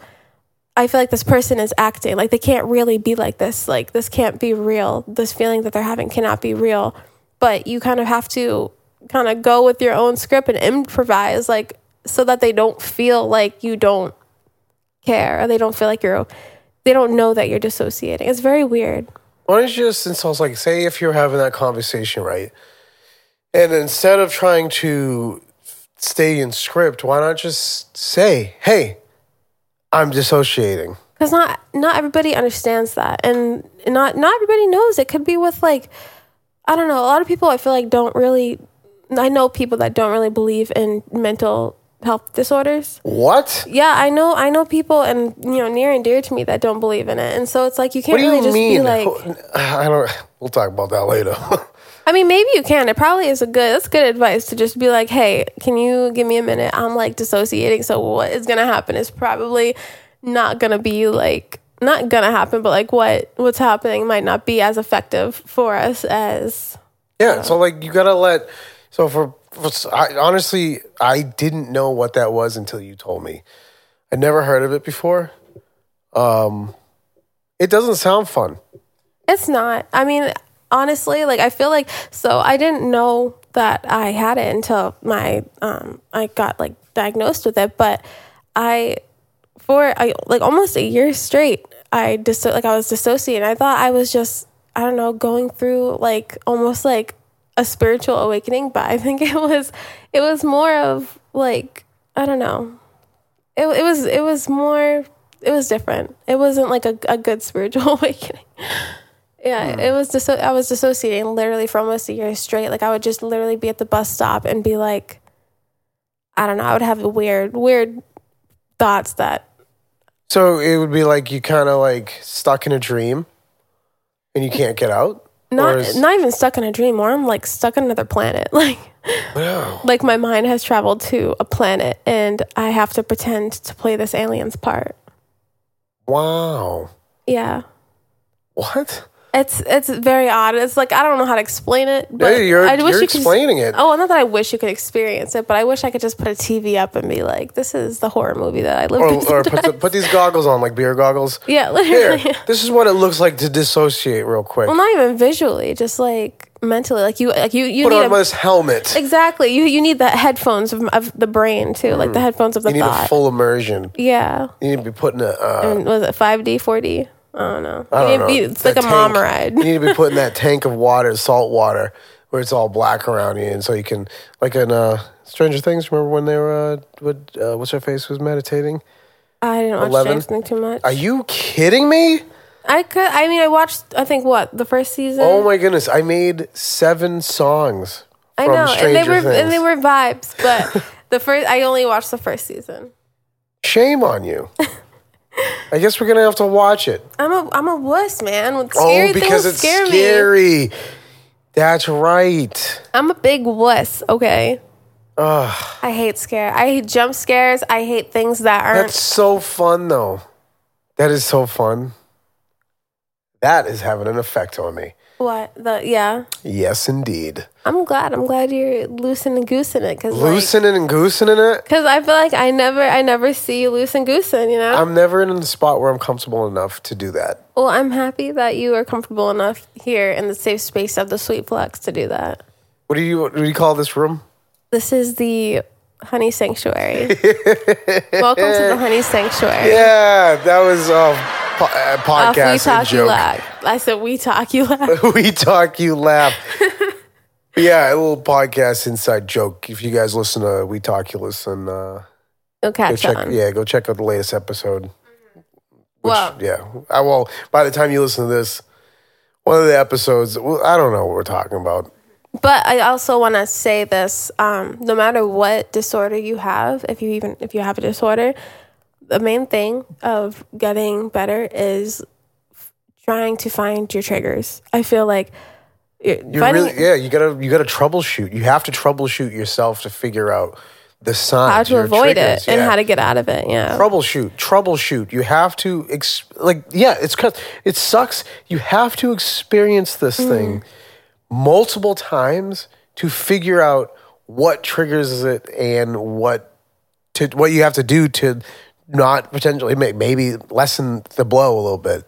B: i feel like this person is acting like they can't really be like this like this can't be real this feeling that they're having cannot be real but you kind of have to kind of go with your own script and improvise like so that they don't feel like you don't care or they don't feel like you're they don't know that you're dissociating it's very weird
C: Why don't you just insult, like, say if you're having that conversation, right? And instead of trying to stay in script, why not just say, hey, I'm dissociating?
B: because not not everybody understands that and not not everybody knows it could be with like i don't know a lot of people i feel like don't really i know people that don't really believe in mental health disorders
C: What?
B: yeah i know i know people and you know near and dear to me that don't believe in it and so it's like you can't
C: What do
B: really
C: you
B: just
C: mean?
B: be like
C: Who- I don't. We'll talk about that later.
B: i mean maybe you can it probably is a good that's good advice to just be like hey can you give me a minute i'm like dissociating so what is gonna happen is probably not gonna be like not gonna happen but like what what's happening might not be as effective for us as
C: yeah.
B: Uh,
C: So like, you gotta let. So for, for I, honestly, I didn't know what that was until you told me. I never heard of it before. Um, it doesn't sound fun.
B: It's not. I mean, honestly, like I feel like so I didn't know that I had it until my um I got like diagnosed with it, but I for I like almost a year straight I dis like I was dissociating. I thought I was just I don't know going through like almost like a spiritual awakening, but I think it was it was more of like I don't know. It it was it was more it was different. It wasn't like a, a good spiritual awakening. Yeah,
C: Mm.
B: it was. Diso- I was dissociating literally for almost a year straight. Like I would just literally be at the bus stop and be like, I don't know. I would have weird, weird thoughts that
C: So it would be like you kind of like stuck in a dream, and you can't get out.
B: not
C: Or is-
B: not even stuck in a dream, or I'm like stuck on another planet. Like
C: Wow.
B: like my mind has traveled to a planet, and I have to pretend to play this alien's part.
C: Wow.
B: Yeah.
C: What?
B: It's it's very odd. It's like I don't know how to explain it. But
C: Hey, you're
B: I wish
C: you're
B: you could
C: explaining it.
B: Oh, not that I wish you could experience it, but I wish I could just put a TV up and be like, "This is the horror movie that I lived in."
C: Or, or put, the,
B: sometimes."
C: put these goggles on, like beer goggles.
B: yeah,
C: Here,
B: literally.
C: this is what it looks like to dissociate real quick.
B: Well, not even visually, just like mentally. Like you, like you, you
C: Put
B: need
C: on
B: a,
C: this helmet.
B: exactly. You you need the headphones of, of the brain too, like the headphones of the
C: Mm. You need a
B: thought.
C: full immersion.
B: yeah,
C: You need to be putting a. Uh,
B: and was it five D, four D? I don't know.
C: I
B: You
C: don't
B: need-
C: know.
B: you- it's like a
C: that
B: mom
C: tank.
B: ride.
C: you need to be putting that tank of water, salt water, where it's all black around you, and so you can, like in uh, Stranger Things. Remember when they were, uh, would, uh, what's her face was meditating?
B: I didn't watch
C: 11?
B: James Nick too much.
C: Are you kidding me?
B: I could. I mean, I watched. I think what the first season.
C: Oh my goodness! I made seven songs
B: I
C: from
B: know, and
C: Stranger
B: they were
C: Things.
B: and they were vibes, but the first I only watched the first season.
C: Shame on you. I guess we're gonna have to watch it.
B: I'm a I'm a wuss, man. When Scary
C: oh, because
B: things
C: it's
B: scare me.
C: scary. That's right.
B: I'm a big wuss. Okay,
C: Ugh,
B: I hate scare. I hate jump scares. I hate things that aren't.
C: that's so fun, though. That is so fun. That is having an effect on me.
B: what the yeah.
C: Yes, indeed.
B: I'm glad. I'm glad you're loosening and goosing it because
C: Loosening and goosing it.
B: Because I feel like I never, I never see you loose and goosing, you know?
C: I'm never in a spot where I'm comfortable enough to do that.
B: well, I'm happy that you are comfortable enough here in the safe space of the sweet flux to do that.
C: What do you what do you call this room?
B: This is the honey sanctuary. Welcome to the honey sanctuary.
C: Yeah, that was a po- uh,
B: Off we
C: podcast and
B: talk, you
C: joke.
B: laugh. I said we talk, you laugh.
C: we talk, you laugh. yeah, a little podcast inside joke. If you guys listen to We Talk, you listen. Uh,
B: Go
C: go
B: catch
C: check,
B: on.
C: yeah, go check out the latest episode.
B: well,
C: Yeah, I will. By the time you listen to this, one of the episodes, well, I don't know what we're talking about.
B: but I also want to say this: um, no matter what disorder you have, if you even if you have a disorder, the main thing of getting better is f- trying to find your triggers. I feel like you're,
C: You
B: finding
C: really, yeah, you gotta, you gotta troubleshoot. You have to troubleshoot yourself to figure out the signs,
B: how to
C: your
B: avoid
C: triggers.
B: it and
C: Yeah.
B: how to get out of it. Yeah.
C: troubleshoot troubleshoot you have to ex- like yeah it's cause it sucks you have to experience this thing multiple times to figure out what triggers it and what to what you have to do to not potentially may, maybe lessen the blow a little bit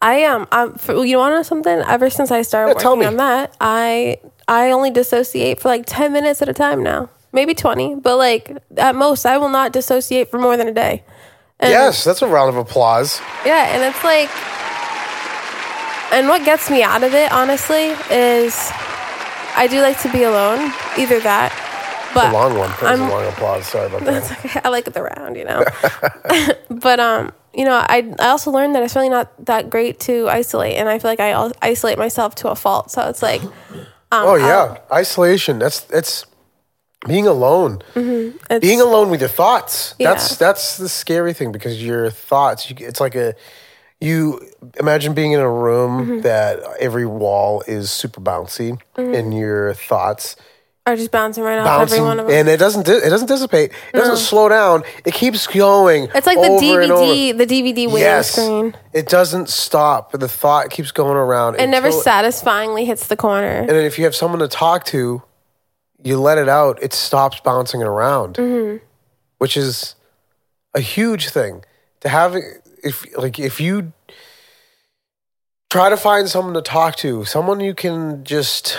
B: I um, um for, you want to know something? Ever since I started
C: Yeah, tell
B: working on
C: me.
B: that, I I only dissociate for like ten minutes at a time now, maybe twenty, but like at most, I will not dissociate for more than a day. And,
C: yes that's a round of applause
B: Yeah, and it's like, and what gets me out of it, honestly, is I do like to be alone. Either that, but
C: a long one that was a
B: I'm-
C: long applause sorry about
B: it's
C: that
B: okay. I like the round, you know. but um, you know, I I also learned that it's really not that great to isolate, and I feel like I al- isolate myself to a fault. So it's like, um,
C: oh yeah isolation that's that's being alone
B: it's,
C: being alone with your thoughts
B: Yeah.
C: that's that's the scary thing because your thoughts you, it's like a you imagine being in a room
B: Mm-hmm.
C: that every wall is super bouncy and your thoughts
B: are just bouncing right Mm-hmm. off every
C: bouncing
B: one of them.
C: and it doesn't di- it doesn't dissipate it doesn't slow down it keeps going
B: It's like the
C: over and over.
B: DVD, the DVD waiting
C: yes
B: screen.
C: it doesn't stop the thought keeps going around
B: It never
C: until-
B: satisfyingly hits the corner.
C: and then if you have someone to talk to, you let it out, it stops bouncing it around, which is a huge thing to have. If like if you try to find someone to talk to, someone you can just,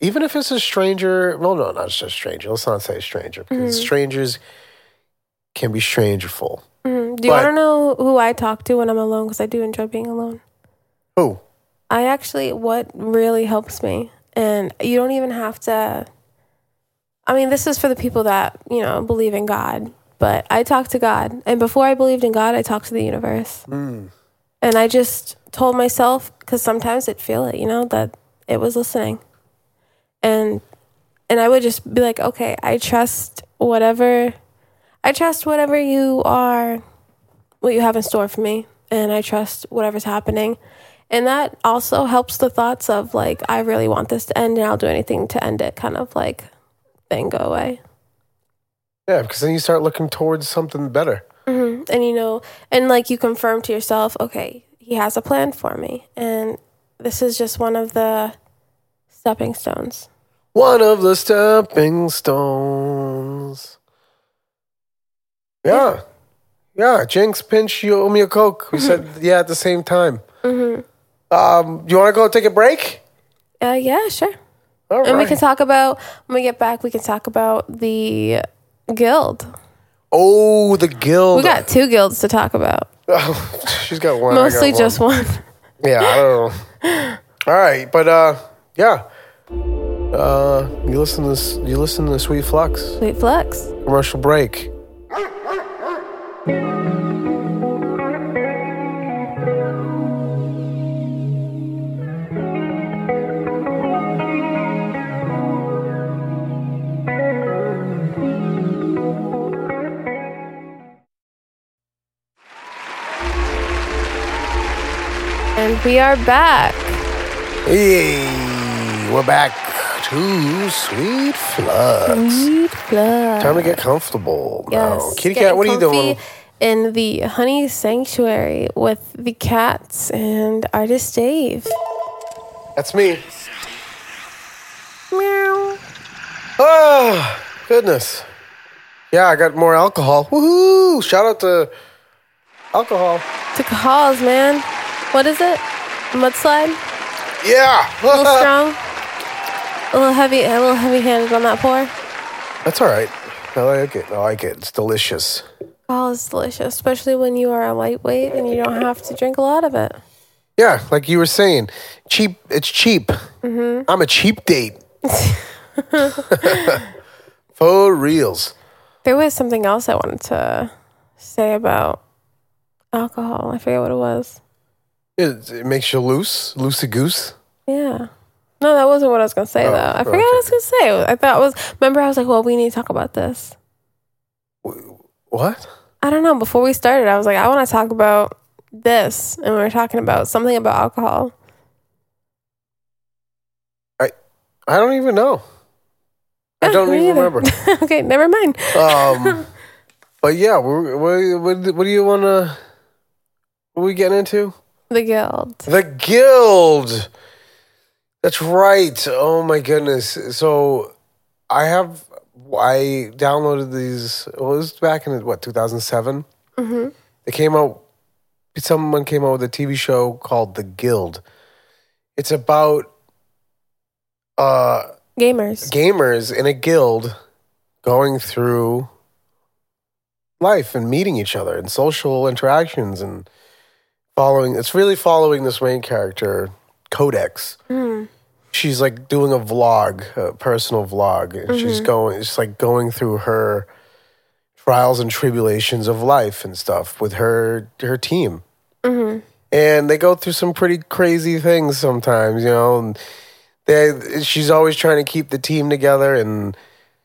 C: even if it's a stranger. Well, no, not just a stranger. Let's not say stranger because strangers can be strangeful.
B: Mhm. Do you
C: but-
B: want to know who I talk to when I'm alone? Because I do enjoy being alone.
C: Who?
B: I actually, what really helps me, and you don't even have to. I mean, this is for the people that, you know, believe in God, but I talked to God. And before I believed in God, I talked to the universe. And I just told myself, because sometimes it feel it, you know, that it was listening. And and I would just be like, okay, I trust whatever, I trust whatever you are, what you have in store for me, and I trust whatever's happening. And that also helps the thoughts of like, I really want this to end and I'll do anything to end it kind of like thing go away.
C: Yeah, because then you start looking towards something better. Mm-hmm.
B: and you know and like you confirm to yourself okay he has a plan for me and this is just one of the stepping stones
C: One of the stepping stones. Yeah. Yeah. Jinx, pinch, you owe me a Coke. We said, yeah, at the same time.
B: Mm-hmm.
C: Um, you want to go take a break?
B: uh yeah sure
C: All
B: and we
C: right.
B: can talk about when we get back we can talk about the guild
C: oh, the guild.
B: we got two guilds to talk about
C: Oh, she's got one. I got
B: mostly
C: one.
B: just one
C: Yeah, I don't know. All right, but uh, yeah. Uh, you listen to this, you listen to Sweet Flux
B: sweet flux
C: commercial break.
B: and we are back
C: Hey, we're back to Sweet Flux.
B: sweet flux
C: Time to get comfortable. now.
B: Mm-hmm. Yes,
C: kitty
B: getting
C: cat, what are you
B: comfy
C: doing?
B: in the honey sanctuary with the cats and artist dave
C: That's me. Oh, goodness. Yeah, I got more alcohol. Woohoo! Shout out to alcohol.
B: to calls, man. What is it? Mudslide?
C: Yeah.
B: A little strong? A little heavy, a little heavy-handed on that pour.
C: That's all right. I like it. I like it. It's delicious.
B: Call is delicious, especially when you are a lightweight and you don't have to drink a lot of it.
C: Yeah, like you were saying, cheap. It's cheap.
B: Mm-hmm.
C: I'm a cheap date. For reals.
B: There was something else I wanted to say about alcohol. I forget what it was.
C: It, it makes you loose, loosey goose.
B: Yeah. No, that wasn't what I was gonna say
C: Oh,
B: though. I forgot what I was gonna say. I thought it was. Remember, I was like, "Well, we need to talk about this."
C: What?
B: I don't know. Before we started, I was like, I want to talk about this, and we were talking about something about alcohol.
C: I don't even know. I don't
B: me
C: even
B: either.
C: remember.
B: okay, never mind.
C: Um, but yeah, we're, we're, what, what do you want to? What are we getting into?
B: The guild.
C: The guild. That's right. Oh my goodness. So I have I downloaded these. It was back in what 2007.
B: hmm
C: They came out. Someone came out with a TV show called The Guild. It's about uh
B: Gamers.
C: gamers in a guild going through life and meeting each other and social interactions and following it's really following this main character codex
B: Mm.
C: she's like doing a vlog a personal vlog and
B: Mm-hmm.
C: she's going it's like going through her trials and tribulations of life and stuff with her her team
B: Mhm.
C: and they go through some pretty crazy things sometimes, you know. And they, she's always trying to keep the team together and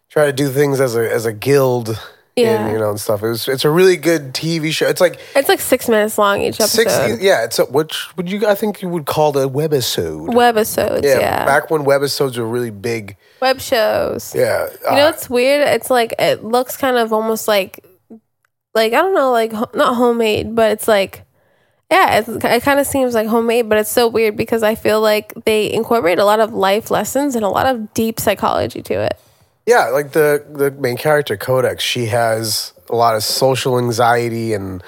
C: try to do things as a as a guild,
B: Yeah.
C: and, you know, and stuff. It was, it's a really good TV show. It's like
B: It's like six minutes long each episode.
C: six, e- yeah. It's a, which would you I think you would call the webisode.
B: Webisodes. Yeah.
C: back when webisodes were really big.
B: Web shows.
C: Yeah,
B: You know,
C: uh,
B: it's weird. It's like it looks kind of almost like, like I don't know, like ho- not homemade, but it's like, yeah, it's, it kind of seems like homemade, but it's so weird because I feel like they incorporate a lot of life lessons and a lot of deep psychology to it.
C: yeah. Like the the main character Codex, she has a lot of social anxiety and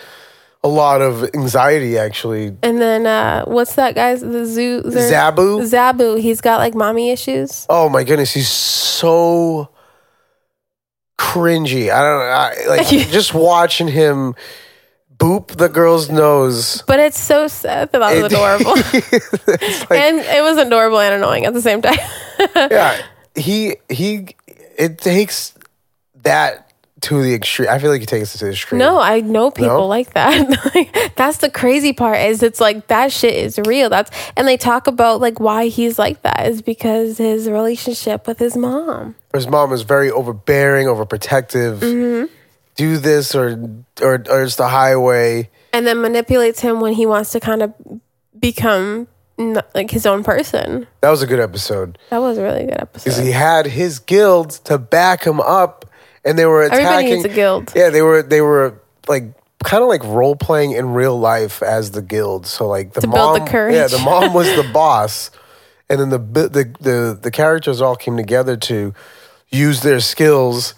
C: a lot of anxiety actually.
B: And then uh what's that guy's the zoo Zer-
C: Zabu,
B: Zabu, he's got like mommy issues.
C: Oh my goodness, he's so cringy. I don't I, like just watching him boop the girl's nose.
B: But it's so sad that that was adorable.
C: It's like,
B: and it was adorable and annoying at the same time.
C: yeah, he he. It takes that to the extreme. I feel like you take it to the extreme.
B: No, I know people
C: No?
B: like that. Like, That's the crazy part is it's like that shit is real. That's and they talk about like why he's like that is because his relationship with his mom.
C: his mom is very overbearing, overprotective.
B: Mm-hmm.
C: Do this or or or it's the highway.
B: And then manipulates him when he wants to kind of become n like his own person.
C: That was a good episode
B: That was a really good episode.
C: because he had his guild to back him up, and they were attacking.
B: Everybody needs a guild.
C: Yeah, they were they were like kind of like role playing in real life as the guild. So like the
B: To
C: mom,
B: build the courage.
C: yeah, the mom was the boss, and then the bi- the the the characters all came together to use their skills.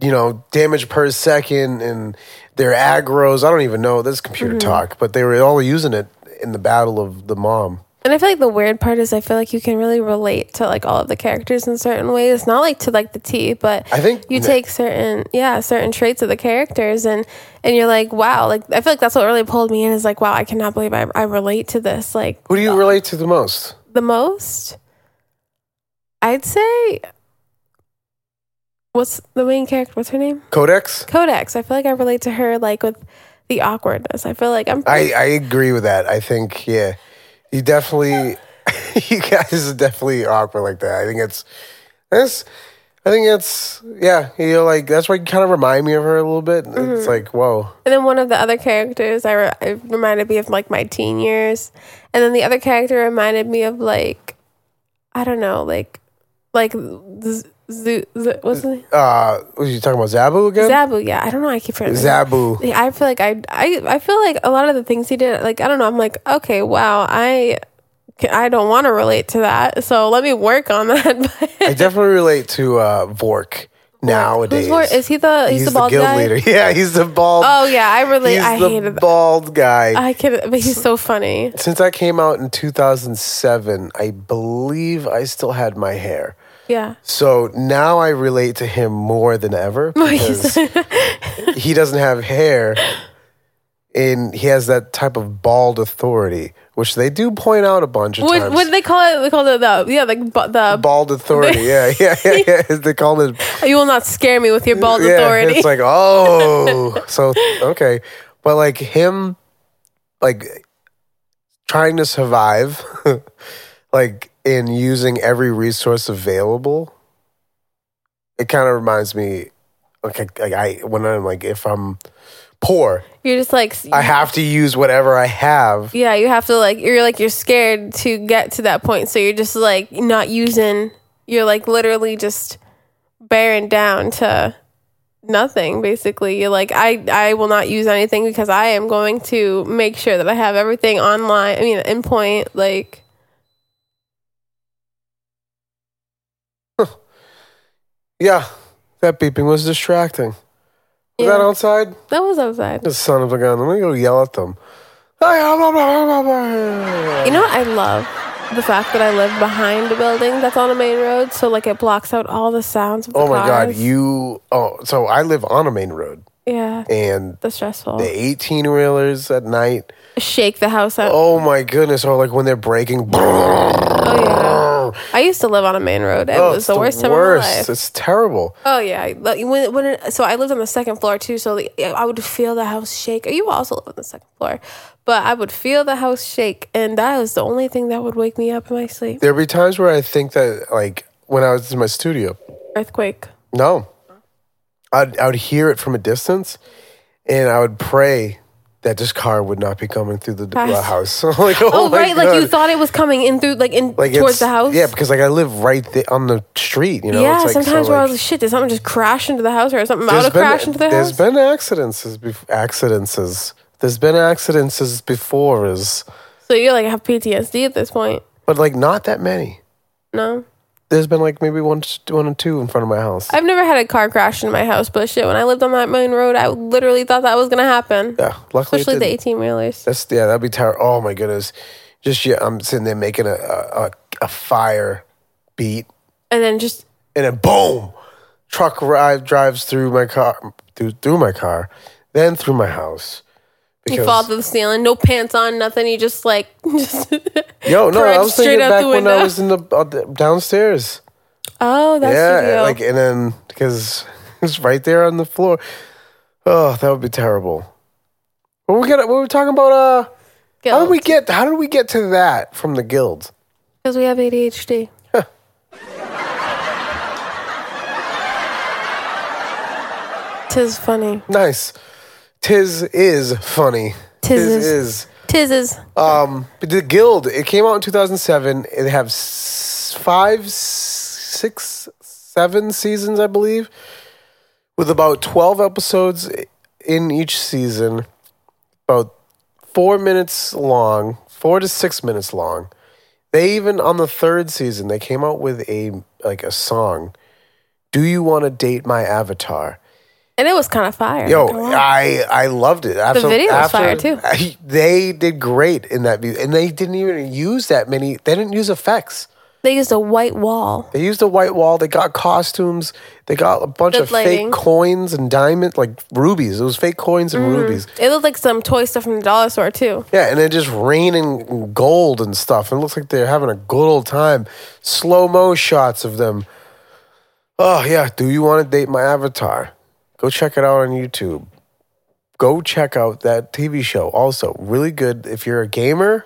C: You know, damage per second and their aggros. I don't even know. That's computer
B: Mm-hmm.
C: talk, but they were all using it in the battle of the mom.
B: And I feel like the weird part is I feel like you can really relate to like all of the characters in certain ways. Not like to like the T, but
C: I think
B: you
C: that-
B: take certain yeah, certain traits of the characters and and you're like, wow, like I feel like that's what really pulled me in is like, wow, I cannot believe I, I relate to this like
C: Who do you relate to the most?
B: the most. I'd say what's the main character? What's her name?
C: Codex.
B: Codex. I feel like I relate to her like with the awkwardness. I feel like I'm
C: I, I agree with that. I think, yeah, you definitely, you guys are definitely awkward like that. I think it's, that's, I think it's, yeah, you're like, that's why you kind of remind me of her a little bit.
B: Mm-hmm.
C: It's like, whoa.
B: And then one of the other characters, I, re- it reminded me of like my teen years, and then the other character reminded me of like, I don't know, like, like Z- Z- Z- what's the name?
C: Uh, was you talking about Zabu again?
B: Zabu? Yeah, I don't know. I keep forgetting.
C: Zabu.
B: Yeah, I feel like I, I I feel like a lot of the things he did, like I don't know. I'm like, okay, wow, I I don't want to relate to that, so let me work on that.
C: I definitely relate to uh, Vork nowadays.
B: Who's more, is he the he's, the bald
C: guild
B: guy?
C: leader. Yeah, he's the bald.
B: Oh yeah, I relate.
C: he's
B: I Uh,
C: the
B: hated. that.
C: bald guy.
B: I can, but he's so funny.
C: Since I came out in 2007, I believe I still had my hair.
B: Yeah.
C: So now I relate to him more than ever because he doesn't have hair and he has that type of bald authority, which they do point out a bunch of
B: What
C: times.
B: what do they call it? They call it the yeah, like bu- the.
C: bald authority. yeah, yeah, yeah, yeah. They call it
B: you will not scare me with your bald
C: yeah,
B: authority.
C: It's like, oh, so okay. But like him like trying to survive like in using every resource available. It kind of reminds me like like I when I'm like if I'm poor,
B: you're just like
C: I have to use whatever I have.
B: yeah, you have to like you're like you're scared to get to that point, so you're just like not using. You're like literally just bearing down to nothing. Basically, you're like I I will not use anything because I am going to make sure that I have everything online. I mean, in point like.
C: Yeah. That beeping was distracting. Was that
B: yeah.
C: outside?
B: that was outside.
C: The son of a gun. Let me go yell at them.
B: You know what I love? The fact that I live behind a building that's on a main road, so like it blocks out all the sounds of the
C: Oh my god,
B: cars.
C: you oh so I live on a main road
B: Yeah.
C: and
B: That's stressful.
C: the eighteen wheelers at night.
B: Shake the house out.
C: Oh my goodness, or like when they're braking.
B: Oh, I used to live on a main road. It
C: Oh,
B: was
C: it's
B: the, worst time of my life.
C: It's terrible.
B: Oh yeah, I- like, when when it, so I lived on the second floor too. So the, I would feel the house shake. You also live on the second floor, but I would feel the house shake, and that was the only thing that would wake me up in my sleep.
C: There'd be times where I think that like when I was in my studio.
B: Earthquake.
C: No. I'd I would hear it from a distance and I would pray that this car would not be coming through the, the
B: Fast.
C: house. like, oh,
B: Oh,
C: my
B: right, like you
C: God.
B: thought it was coming in through, like in
C: Like
B: towards
C: it's-
B: the house.
C: Yeah, because like I live right there on the street, you know.
B: yeah,
C: It's like, so,
B: sometimes we're
C: like-
B: all like, shit, did something just crash into the house or something
C: There's
B: out of crash into the
C: there's
B: house?
C: been accidents bef- accidents there's been accidents before is
B: so you like have PTSD at this point.
C: but like not that many
B: No.
C: there's been like maybe one one or two in front of my house
B: I've never had a car crash in my house, but shit, when I lived on that main road, I literally thought that was gonna happen.
C: yeah luckily it
B: Especially the
C: didn't.
B: 18 wheelers.
C: that's yeah that'd be terrible oh my goodness just yeah i'm sitting there making a a, a, a fire beat
B: And then just,
C: and then boom truck drive, drives through my car through, through my car then through my house
B: you fall to the ceiling, no pants on, nothing. You just like, just.
C: yo no i
B: perch
C: was
B: straight
C: thinking
B: out
C: back
B: the
C: when i
B: window.
C: was in the uh, downstairs
B: oh, that's
C: yeah,
B: studio.
C: like and then because It's right there on the floor. Oh, that would be terrible. But we got. We were talking about. Uh, how did we get? How did we get to that from the guild?
B: Because we have ADHD. Tis funny.
C: Nice. Tis is funny.
B: Tis is.
C: is.
B: Tis is.
C: Um, but the guild. It came out in 2007. It have s- five, six, seven seasons, I believe, with about 12 episodes in each season, about four minutes long, four to six minutes long. They even on the third season they came out with a like a song. Do you want to date my avatar?
B: And it was kind of fire.
C: Yo,
B: Come on.
C: I I loved it. After,
B: video was
C: after-
B: fire, too.
C: I- they did great in that, mu- and they didn't even use that many. They didn't use effects.
B: they used a white wall.
C: They used a white wall. They got costumes. They got a bunch
B: Good
C: of
B: lighting.
C: fake coins and diamond, like rubies. It was fake coins and
B: Mm-hmm.
C: rubies.
B: It looked like some toy stuff from the dollar store too.
C: Yeah, and it just raining gold and stuff. It looks like they're having a good old time. Slow mo shots of them. Oh yeah, do you want to date my avatar? Go check it out on YouTube. Go check out that TV show. Also, really good if you're a gamer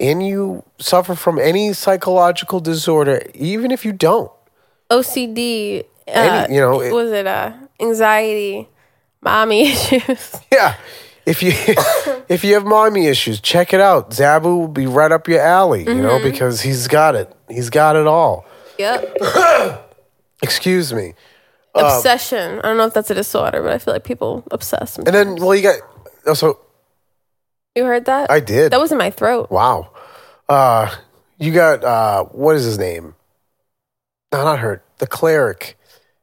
C: and you suffer from any psychological disorder, even if you don't.
B: OCD. Uh,
C: Any- you know, it-
B: was it uh, anxiety, mommy issues?
C: Yeah. If you if you have mommy issues, check it out. Zabu will be right up your alley, you know, because he's got it. He's got it all.
B: yep.
C: Um, Excuse me.
B: Obsession. I don't know if that's a disorder, but I feel like people obsess.
C: And then, well, you got. oh, So
B: you heard that?
C: I did.
B: That was in my throat.
C: wow. Uh, you got uh, what is his name? No, not her. The cleric,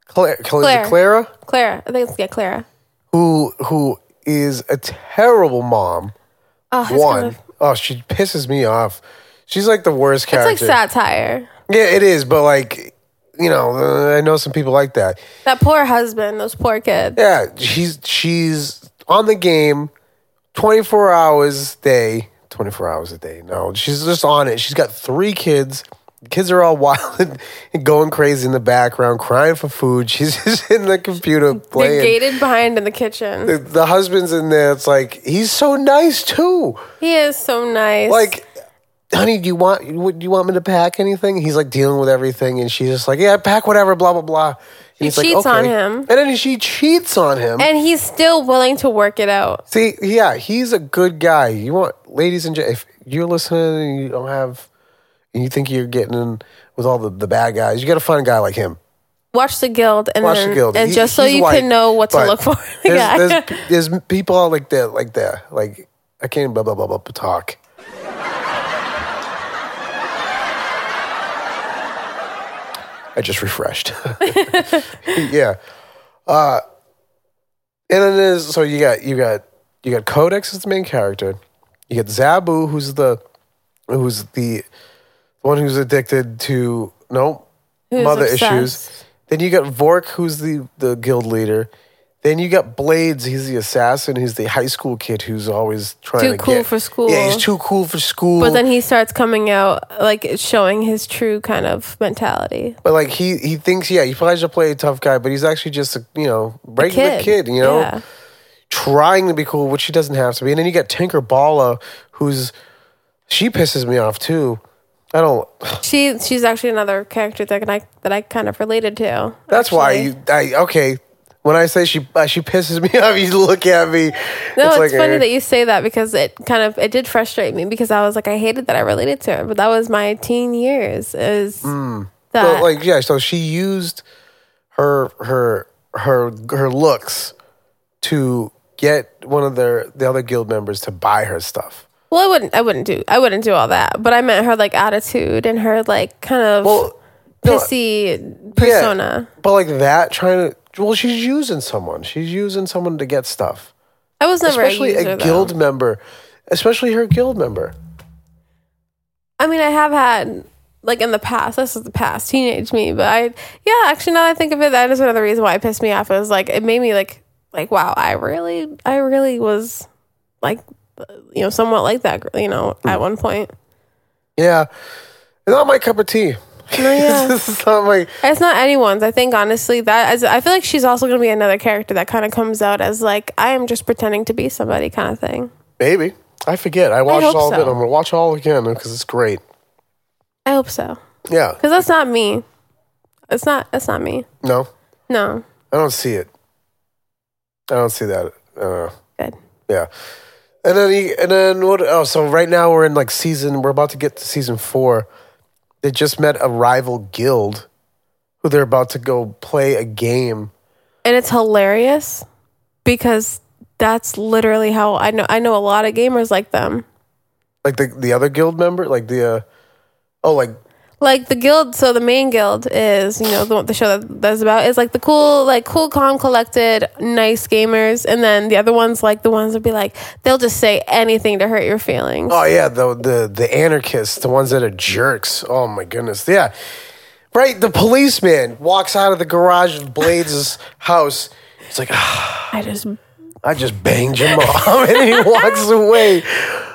C: Claire,
B: Claire.
C: Clara,
B: Clara. I think it's yeah, Clara.
C: who who is a terrible mom.
B: Oh, that's
C: One,
B: Kind of,
C: oh, she pisses me off. She's like the worst
B: it's
C: character.
B: like satire.
C: Yeah, it is. But like, you know, uh, I know some people like that.
B: That poor husband. Those poor kids.
C: Yeah, she's she's on the game 24 hours a day. 24 hours a day. No, she's just on it. She's got three kids. The kids are all wild and going crazy in the background, crying for food. She's just in the computer
B: They're
C: playing.
B: gated behind in the kitchen.
C: The, the husband's in there. It's like, he's so nice too.
B: He is so nice.
C: Like, honey, do you want do you want me to pack anything? He's like dealing with everything, and she's just like, yeah, pack whatever, blah blah blah.
B: She
C: And he's like,
B: cheats on
C: okay.
B: him.
C: and then she cheats on him.
B: and he's still willing to work it out.
C: See, yeah, he's a good guy. You want, ladies and gen- if you're listening and you don't have, and you think you're getting in with all the, the bad guys, you got to find a guy like him.
B: Watch the guild and
C: Watch
B: then,
C: the guild,
B: and
C: He-
B: just so
C: he's
B: you
C: white,
B: can know what to
C: but
B: look for.
C: There's,
B: yeah.
C: there's, there's people out like that, like that, like I can't blah blah blah blah talk. I just refreshed. yeah. Uh, and then there's so you got you got you got Codex as the main character. You got Zabu, who's the who's the one who's addicted to no
B: Who's
C: mother
B: obsessed.
C: issues. Then you got Vork, who's the the guild leader. Then you got Blades, he's the assassin. He's the high school kid who's always trying
B: Too
C: to
B: cool
C: get-
B: for school.
C: Yeah, he's too cool for school.
B: But then he starts coming out, like showing his true kind of mentality.
C: But like he he thinks, yeah, he probably should play a tough guy, but he's actually just a you know regular
B: Kid.
C: kid, you know,
B: Yeah.
C: trying to be cool, which she doesn't have to be. And then you got Tinker Bala, who's she pisses me off too. I don't.
B: She she's actually another character that I that I kind of related to.
C: That's why
B: actually.
C: you. I okay. When I say she uh, she pisses me off, you look at me.
B: No, it's, funny
C: eh.
B: that you say that because it kind of it did frustrate me because I was like I hated that I related to her, but that was my teen years. Is that
C: Hmm. But like yeah, so she used her her her her looks to get one of their the other guild members to buy her stuff.
B: Well, I wouldn't. I wouldn't do. I wouldn't do all that. But I meant her like attitude and her like kind of
C: Well, no,
B: pissy persona.
C: But like that, trying to well, she's using someone. She's using someone to get stuff,
B: I was never
C: especially
B: a user.
C: a
B: though.
C: guild member, especially her guild member.
B: I mean, I have had like in the past. This is the past teenage me. But I, yeah, actually, now that I think of it, that is another reason why it pissed me off. It was like it made me like like wow, I really, I really was like you
C: Hmm.
B: know somewhat like that. You know, at one point.
C: Yeah, not my cup of tea.
B: No, yeah.
C: this is not my.
B: It's not anyone's. I think honestly that as I feel like she's also going to be another character that kind of comes out as like I am just pretending to be somebody kind of thing.
C: Maybe. I forget. I watched
B: hope
C: all of it.
B: so.
C: I'm going to watch all again because it's great.
B: I hope so
C: Yeah.
B: because that's not me. It's not. That's not me.
C: No,
B: No.
C: I don't see it. I don't see that. I don't know.
B: Good.
C: Yeah. And then, he, and then what? Oh, so right now we're in like season, we're about to get to season four. They just met a rival guild who they're about to go play a game.
B: and it's hilarious because that's literally how I know I know a lot of gamers like them.
C: Like the, the other guild member, like the, uh, oh, like,
B: Like the guild, so the main guild is you know the, the show that that's about is like the cool, like cool, calm, collected, nice gamers, and then the other ones like the ones that be like they'll just say anything to hurt your feelings.
C: oh yeah, the, the, the anarchists, the ones that are jerks. Oh my goodness. Yeah. Right. The policeman walks out of the garage of Blades' house. It's like, ah,
B: I just
C: I just banged your mom, and he walks away.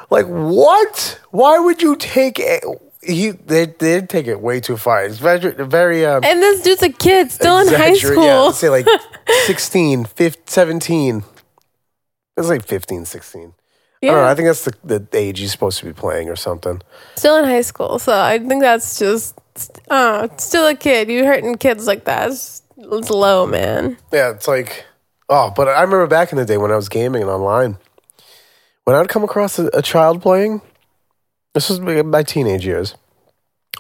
C: Like what? Why would you take it? He they, they did take it way too far. It's very very um,
B: and this dude's a kid still in high
C: exaggerate-
B: school.
C: Yeah, say like 16, 15, 17. It's like 15, 16. I don't know.
B: Yeah.
C: I think that's the, the age he's supposed to be playing or something.
B: still in high school. So I think that's just uh, still a kid. You hurting kids like that? It's, it's low, man.
C: Yeah, it's like oh, but I remember back in the day when I was gaming and online, when I'd come across a, a child playing. This was my teenage years.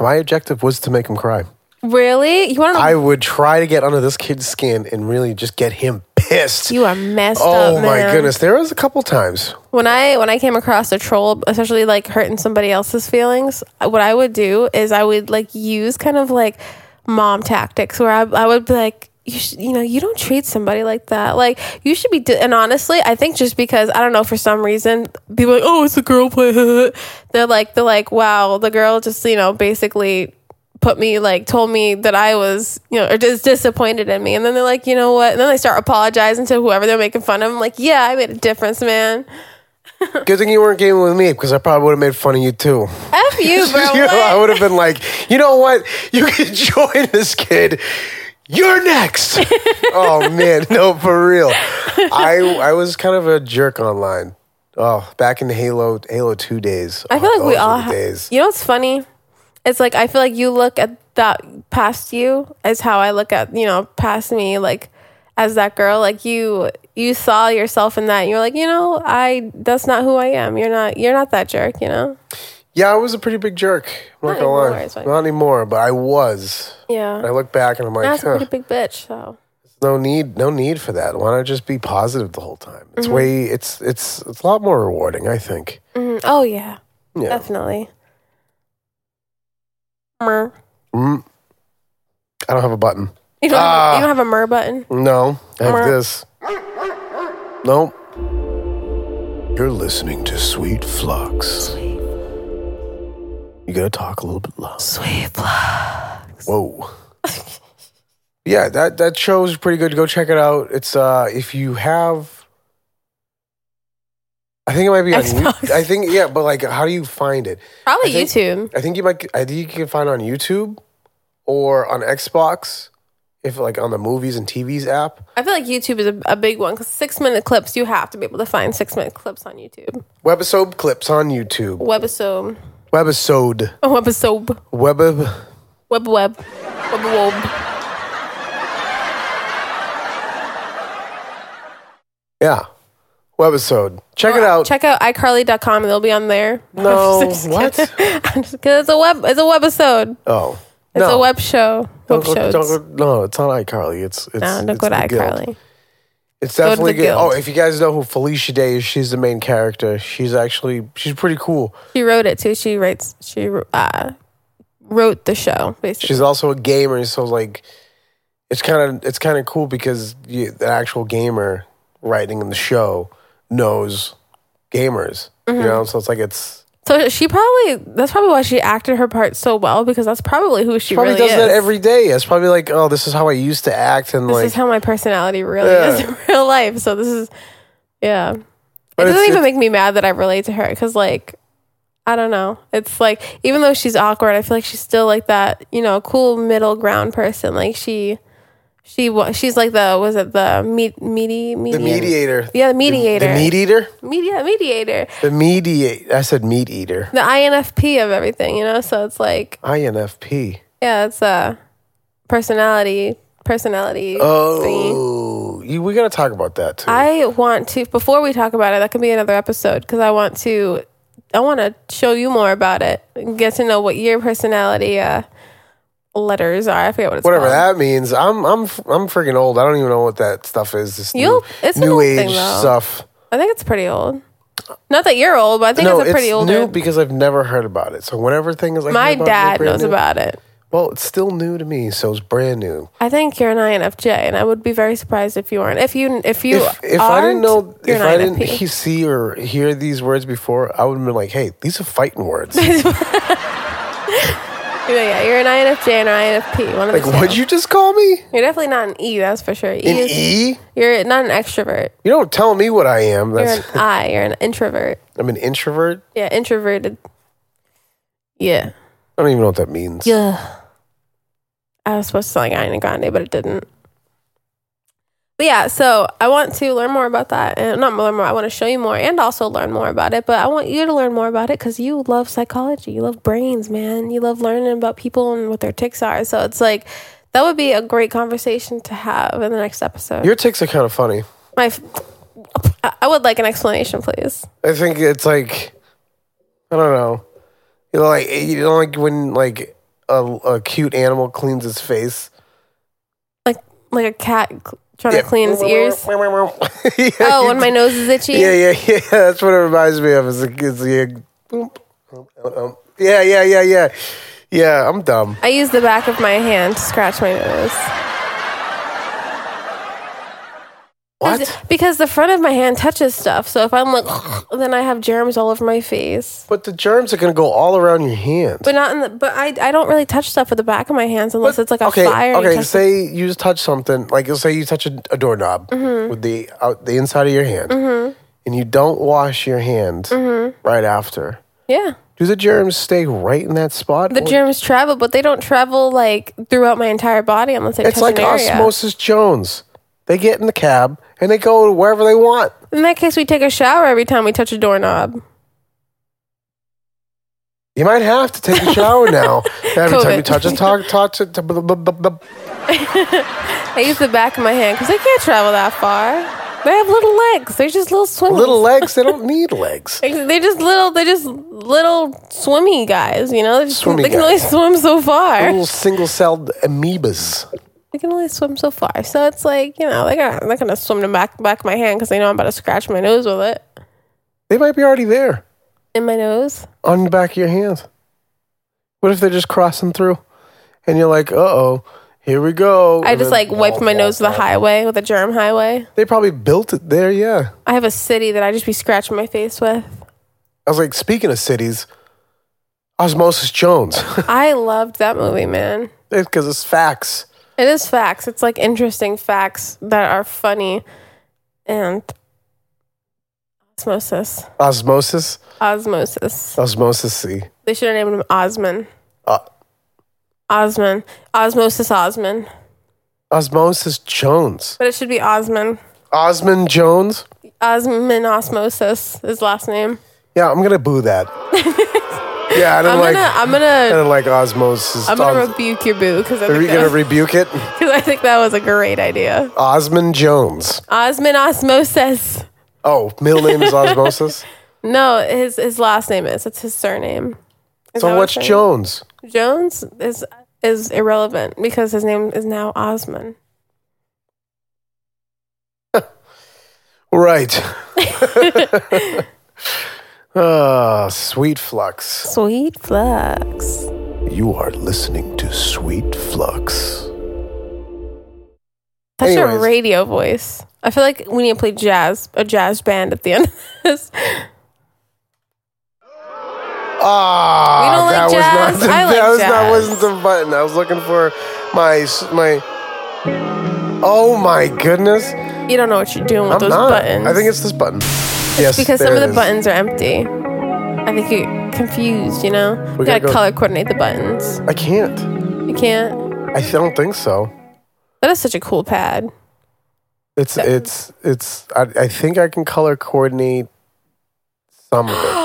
C: My objective was to make him cry.
B: Really? You want to?
C: I would try to get under this kid's skin and really just get him pissed.
B: You are messed
C: oh
B: up, man.
C: my goodness! There was a couple times.
B: When I when I came across a troll, especially like hurting somebody else's feelings, what I would do is I would like use kind of like mom tactics where I, I would be like. You, sh- you know you don't treat somebody like that like you should be d and honestly i think just because i don't know for some reason people are like oh it's a girl play they're like they're like wow the girl just you know basically put me like told me that I was you know or just disappointed in me and then they're like you know what and then they start apologizing to whoever they're making fun of I'm like yeah I made a difference man
C: Good thing you weren't gaming with me because I probably would have made fun of you too.
B: f you bro
C: You know, I
B: what?
C: would have been like, you know what? You can join this kid. You're next. oh man, no, for real. I I was kind of a jerk online. Oh, back in the Halo Halo Two days.
B: I feel
C: Oh,
B: like we
C: those were
B: all
C: the
B: have,
C: days.
B: you know what's funny it's like I feel like you look at that past you as how I look at you know past me like as that girl like you you saw yourself in that and you're like you know I that's not who I am you're not you're not that jerk you know
C: Yeah, I was a pretty big jerk. I'm
B: Not
C: not, gonna
B: anymore,
C: lie.
B: it's fine.
C: Not anymore, but I was. And I
B: yeah
C: look back and I'm like,
B: that's a
C: huh,
B: pretty big bitch so
C: no need, no need for that. Why not just be positive the whole time? It's
B: Mm-hmm.
C: way, it's it's it's a lot more rewarding, I think.
B: Mhm. oh yeah
C: Yeah.
B: Definitely. Mer.
C: Mm. I don't have a button.
B: You don't, have,
C: Ah.
B: a- you don't have a mer button.
C: No, I have
B: Mwah.
C: this. Nope. You're listening to Sweet Flux. You gotta talk a little bit loud.
B: Sweet
C: Whoa. yeah, that that show is pretty good. Go check it out. It's uh if you have I think it might be on You-
B: Xbox.
C: I think yeah, but like how do you find it?
B: Probably
C: I think-
B: YouTube.
C: I think you might I think you can find it on YouTube or on Xbox if like on the movies and TVs app.
B: I feel like YouTube is a, a big one because six minute clips, you have to be able to find six minute clips on YouTube.
C: Webisode clips on YouTube.
B: Webisode.
C: Webisode.
B: Oh, webisode.
C: Web
B: Web web. Web web.
C: yeah. Webisode. Check it out.
B: Check out iCarly.com and they'll be on there.
C: No,
B: I'm just kidding.
C: what?
B: I'm just kidding. It's a web. It's a webisode.
C: oh.
B: It's a web show. Web
C: Don't go-
B: shows.
C: don't go- no, it's not iCarly. It's it's
B: no, don't
C: it's
B: go to
C: the guild.
B: iCarly.
C: It's
B: to
C: definitely
B: the
C: good.
B: guild.
C: Oh, if you guys know who Felicia Day is, she's the main character. She's actually she's pretty cool.
B: She wrote it too. She writes. She uh, wrote the show basically.
C: She's also a gamer, so like it's kind of it's kind of cool because you, the actual gamer writing in the show knows gamers,
B: Mm-hmm.
C: you know. So it's like it's
B: So she probably that's probably why she acted her part so well because that's probably who she
C: probably
B: really
C: does
B: is.
C: that every day. It's probably like oh, this is how I used to act, and
B: this
C: like
B: is how my personality really
C: Yeah.
B: is in real life. So this is yeah.
C: But
B: it
C: it's-
B: doesn't even
C: it's-
B: make me mad that I relate to her because like I don't know. It's like even though she's awkward, I feel like she's still like that, you know, cool middle ground person. Like she, she wa- she's like the was it the meet meaty
C: The
B: medium?
C: mediator.
B: Yeah, the
C: The
B: mediator.
C: meat eater?
B: Media mediator.
C: The mediate. I said meat eater.
B: The INFP of everything, you know. So it's like
C: INFP.
B: yeah, it's a personality personality. thingy.
C: Oh, you, we got to talk about that too.
B: I want to before we talk about it. That could be another episode because I want to. I want to show you more about it. and Get to know what your personality uh, letters are. I forget what it's
C: Whatever
B: called.
C: that means. I'm I'm f- I'm freaking old. I don't even know what that stuff is. This
B: You'll-
C: new,
B: it's an
C: new
B: old
C: age
B: thing, though.
C: stuff.
B: I think it's pretty old. Not that you're old, but I think
C: no,
B: it's a pretty old.
C: new because I've never heard about it. So whenever things like
B: My
C: that about
B: dad
C: it, brand
B: knows
C: new-
B: about it.
C: Well, it's still new to me, so it's brand new.
B: I think you're an INFJ, and I would be very surprised if you weren't. If you if you
C: if if I
B: aren't,
C: didn't know
B: you're
C: if
B: an
C: I didn't
B: INFP.
C: he- see or hear these words before, I would have been like, "Hey, these are fighting words." like,
B: yeah, yeah, you're an INFJ and an INFP. One of the two.
C: what'd you just call me?
B: You're definitely not an E, that's for sure. E
C: An
B: is,
C: E?
B: You're not an extrovert.
C: You don't tell me what I am.
B: You're
C: That's
B: an I. You're an introvert.
C: I'm an introvert.
B: Yeah, introverted. Yeah.
C: I don't even know what that means.
B: Yeah. I was supposed to sing Ariana Grande, but it didn't. But yeah, so I want to learn more about that, and not learn more. I want to show you more, and also learn more about it. But I want you to learn more about it because you love psychology, you love brains, man. You love learning about people and what their ticks are. So it's like that would be a great conversation to have in the next episode.
C: Your ticks are kind of funny.
B: My, f- I I would like an explanation, please.
C: I think it's like I don't know. You know, like you know, like when like a, a cute animal cleans its face.
B: Like like a cat cl- trying to clean his ears.
C: yeah,
B: Oh, when my nose is itchy.
C: Yeah, yeah, yeah. That's what it reminds me of. Is a, is a, boom, um, um, yeah, yeah, yeah, yeah, yeah. I'm dumb.
B: I use the back of my hand to scratch my nose.
C: What?
B: Because the front of my hand touches stuff. So if I'm like, then I have germs all over my face.
C: But the germs are gonna go all around your hands.
B: But not in the. But I, I don't really touch stuff with the back of my hands unless it's like a
C: okay,
B: fire. and you
C: okay.
B: touch-
C: Say you just touch something, like let's say you touch a, a doorknob
B: Mm-hmm.
C: with the out, the inside of your hand, and you don't wash your hand
B: Mm-hmm.
C: right after.
B: yeah.
C: Do the germs stay right in that spot?
B: The
C: Or-
B: germs travel, but they don't travel like throughout my entire body unless I
C: It's
B: touch
C: like
B: an area.
C: Osmosis Jones. They get in the cab and they go wherever they want.
B: in that case, we take a shower every time we touch a doorknob.
C: You might have to take a shower now. Every time you
B: COVID.
C: touch a talk, touch it. to- blah, blah, blah, blah.
B: I use the back of my hand because they can't travel that far. They have little legs. They're just little swimming.
C: Little legs, they don't need legs.
B: They're just little. They're just little swimmy guys. You know, They're just-
C: Swimmy
B: they can only
C: guys.
B: swim so far.
C: Little single celled amoebas.
B: They can only swim so far. So it's like you know, they're gonna they're gonna swim to back back of my hand because they know I'm about to scratch my nose with it
C: They might be already there
B: in my nose.
C: on the back of your hand. What if they're just crossing through and you're like, uh oh, here we go?
B: I
C: And
B: just
C: then-
B: like wiped my nose with a highway with a germ highway.
C: They probably built it there, yeah.
B: I have a city that I just be scratching my face with.
C: I was like, speaking of cities, Osmosis Jones.
B: I loved that movie, man.
C: Because it's facts.
B: It is facts. It's like interesting facts that are funny and osmosis.
C: Osmosis.
B: Osmosis.
C: Osmosis C.
B: They should have named him Osman.
C: Uh,
B: Osman. Osmosis Osman.
C: Osmosis Jones.
B: But it should be Osman.
C: Osmond Jones.
B: Osman Osmosis his last name.
C: Yeah, I'm gonna boo that. yeah, I don't
B: I'm
C: like.
B: gonna I'm
C: I
B: gonna
C: don't like osmosis.
B: I'm gonna
C: Os-
B: rebuke your boo because I,
C: are we
B: think that
C: gonna
B: was-
C: rebuke it?
B: 'cause I think that was a great idea.
C: Osmond Jones.
B: Osman Osmosis.
C: Oh, middle name is Osmosis.
B: No, his his last name is. It's his surname. Is that
C: so
B: what
C: what's
B: I'm saying?
C: Jones?
B: Jones is is irrelevant because his name is now Osman.
C: Right. Ah, sweet flux.
B: Sweet flux.
C: You are listening to Sweet Flux.
B: That's your
C: Anyways.
B: radio voice. I feel like we need to play jazz, a jazz band at the end of this. We
C: Ah,
B: don't like
C: that
B: jazz?
C: was not. The,
B: I like
C: that was
B: jazz.
C: not. Wasn't the button? I was looking for my s- my. Oh my goodness!
B: You don't know what you're doing with
C: I'm
B: those
C: not.
B: buttons.
C: I think it's this button. yes,
B: because some of
C: there it
B: the
C: is.
B: buttons are empty. I think you confused, you know? We,
C: gotta
B: gotta,
C: go-
B: color coordinate the buttons.
C: I can't.
B: You can't.
C: I don't think so.
B: That is such a cool pad.
C: It's
B: Yeah.
C: it's it's. I, I think I can color coordinate some of it.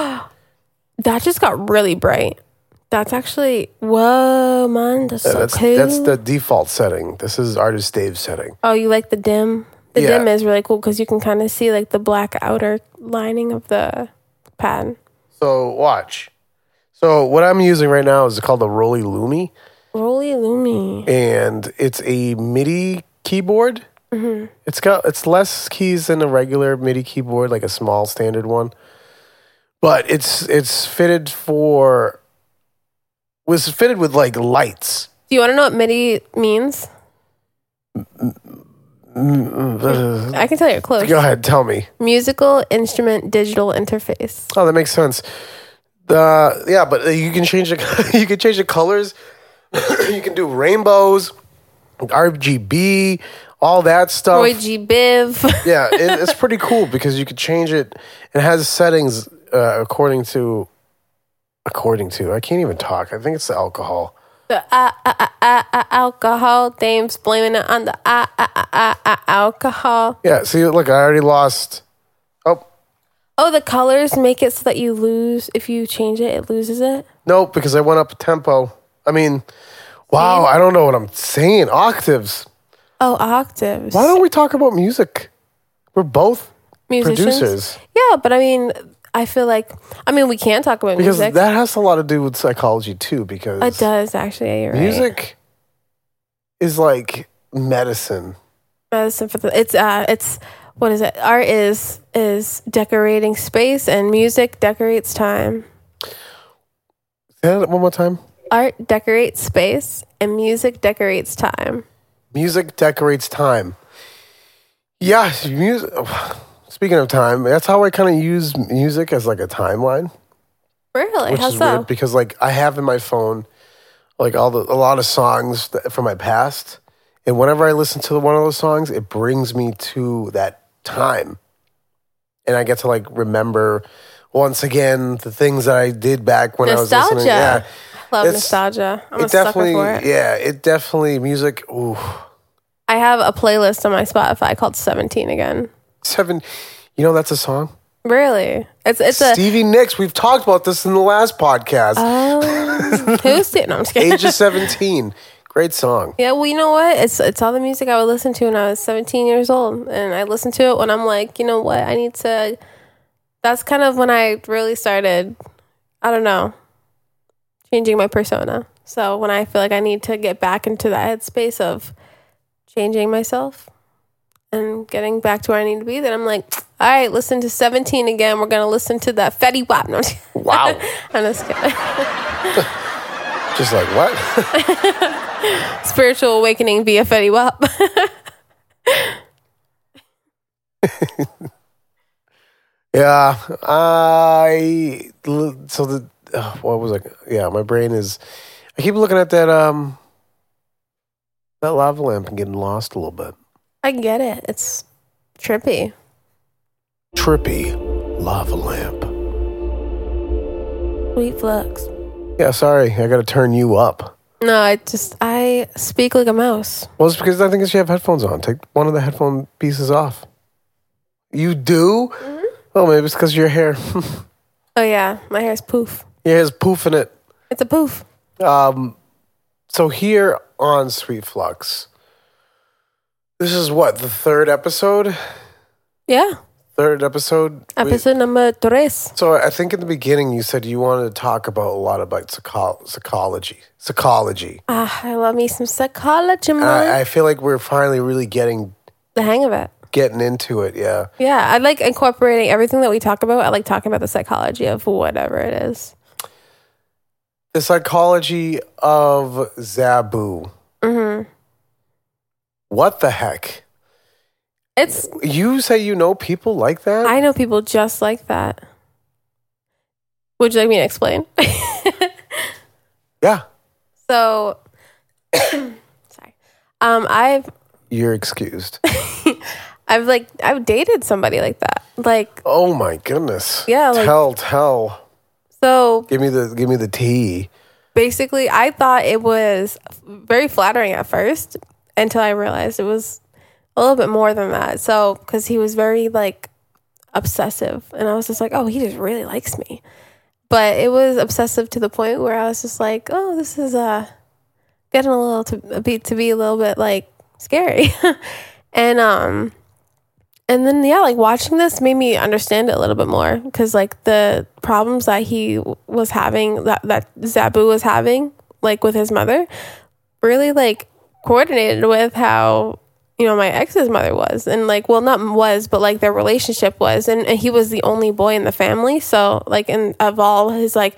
B: That just got really bright. That's actually whoa, man. That's
C: Yeah,
B: so
C: that's
B: cool.
C: that's the default setting. This is artist Dave's setting.
B: oh, you like the dim? The
C: Yeah.
B: dim is really cool because you can kind of see like the black outer lining of the pad.
C: So watch. So what I'm using right now is called the Roly Loomy,
B: Roly Lumi.
C: and it's a MIDI keyboard.
B: Mm-hmm.
C: It's got it's less keys than a regular MIDI keyboard, like a small standard one. But it's it's fitted for was fitted with like lights.
B: Do you want to know what MIDI means?
C: Go
B: I can tell you're close.
C: ahead, tell me.
B: Musical instrument digital interface.
C: Oh, that makes sense. Uh, yeah, but you can change the you can change the colors. you can do rainbows, RGB, all that stuff.
B: Roy G. Biv.
C: Oh. yeah, it, it's pretty cool because you could change it. It has settings uh, according to according to. I can't even talk. I think it's the alcohol.
B: the uh, uh, uh, uh, uh, alcohol. Dame's blaming it on the uh, uh, uh, uh, uh, alcohol.
C: Yeah. See, look, I already lost. Oh
B: Oh, the colors make it so that you lose. If you change it, it loses it.
C: no, because I went up tempo. I mean, wow. I don't know what I'm saying. Octaves.
B: Oh, octaves.
C: Why don't we talk about music? We're both producers
B: Yeah, but I mean, I feel like I mean we can talk about
C: because
B: music.
C: that has a lot to do with psychology too. Because
B: it does actually. Yeah, you're right.
C: music is like medicine.
B: medicine for the it's uh it's what is it? Art is is decorating space, and music decorates time.
C: Say that one more time.
B: Art decorates space, and music decorates time.
C: Music decorates time. Yeah, music. Speaking of time, that's how I kind of use music as like a timeline,
B: Really?
C: which
B: How
C: is
B: so?
C: weird because like I have in my phone like all the a lot of songs that, from my past, and whenever I listen to one of those songs, it brings me to that time, and I get to like remember once again the things that I did back when I was
B: Nostalgia.
C: listening. Yeah,
B: Love
C: It's-
B: nostalgia. I'm a
C: it
B: sucker
C: definitely.
B: for it.
C: Yeah, it definitely music. Ooh.
B: I have a playlist on my Spotify called 17 again.
C: seven. You know that's a song.
B: Really? It's it's a Uh,
C: Stevie Nicks. We've talked about this in the last podcast.
B: um, who's it? No, I'm just kidding.
C: Age of seventeen. Great song.
B: yeah, well, you know what? It's it's all the music I would listen to when I was 17 years old, and I listened to it when I'm like, you know what? I need to. That's kind of when I really started. I don't know, changing my persona. So when I feel like I need to get back into that headspace of changing myself and getting back to where I need to be, then I'm like, all right, listen to 17 again. We're gonna listen to that Fetty Wap. No, I'm just-
C: Wow.
B: I'm just kidding.
C: Just like what?
B: Spiritual awakening via Fetty Wap.
C: yeah. I. l- So the. Uh, what was I? Yeah, my brain is. I keep looking at that um. That lava lamp and getting lost a little bit.
B: I get it. It's trippy.
C: Trippy lava lamp.
B: Sweet flux.
C: Yeah, sorry, I got to turn you up.
B: No, I just I speak like a mouse.
C: Well, it's because I think it's you have headphones on. Take one of the headphone pieces off. You do?
B: Mm-hmm.
C: Oh, maybe it's because your hair.
B: Oh yeah, my hair's poof.
C: your hair's poofing it.
B: It's a poof.
C: Um, so here on Sweet Flux, this is what the third episode.
B: Yeah.
C: Third episode. We-
B: Episode number tres.
C: so I think in the beginning you said you wanted to talk about a lot about psycho- psychology. Psychology.
B: Ah, I love me some psychology,
C: And
B: man.
C: I, I feel like we're finally really getting
B: the hang of it.
C: getting into it. Yeah.
B: Yeah, I like incorporating everything that we talk about. I like talking about the psychology of whatever it is.
C: The psychology of Zabu.
B: Mm-hmm.
C: What the heck?
B: It's
C: You say you know people like that?
B: I know people just like that. Would you like me to explain?
C: yeah.
B: so, sorry. Um, I've
C: You're excused.
B: I've like I've dated somebody like that. Like
C: oh my goodness.
B: Yeah, like-
C: tell, tell.
B: So
C: Give me the give me the tea.
B: basically, I thought it was very flattering at first until I realized it was a little bit more than that. So, because he was very like obsessive, and I was just like, oh, he just really likes me. But it was obsessive to the point where I was just like, oh, this is uh getting a little to be to be a little bit like scary, and um. And then yeah, like watching this made me understand it a little bit more because like the problems that he w- was having that that Zabu was having like with his mother really like coordinated with how you know my ex's mother was and like well not was but like their relationship was and, and he was the only boy in the family so like and of all his like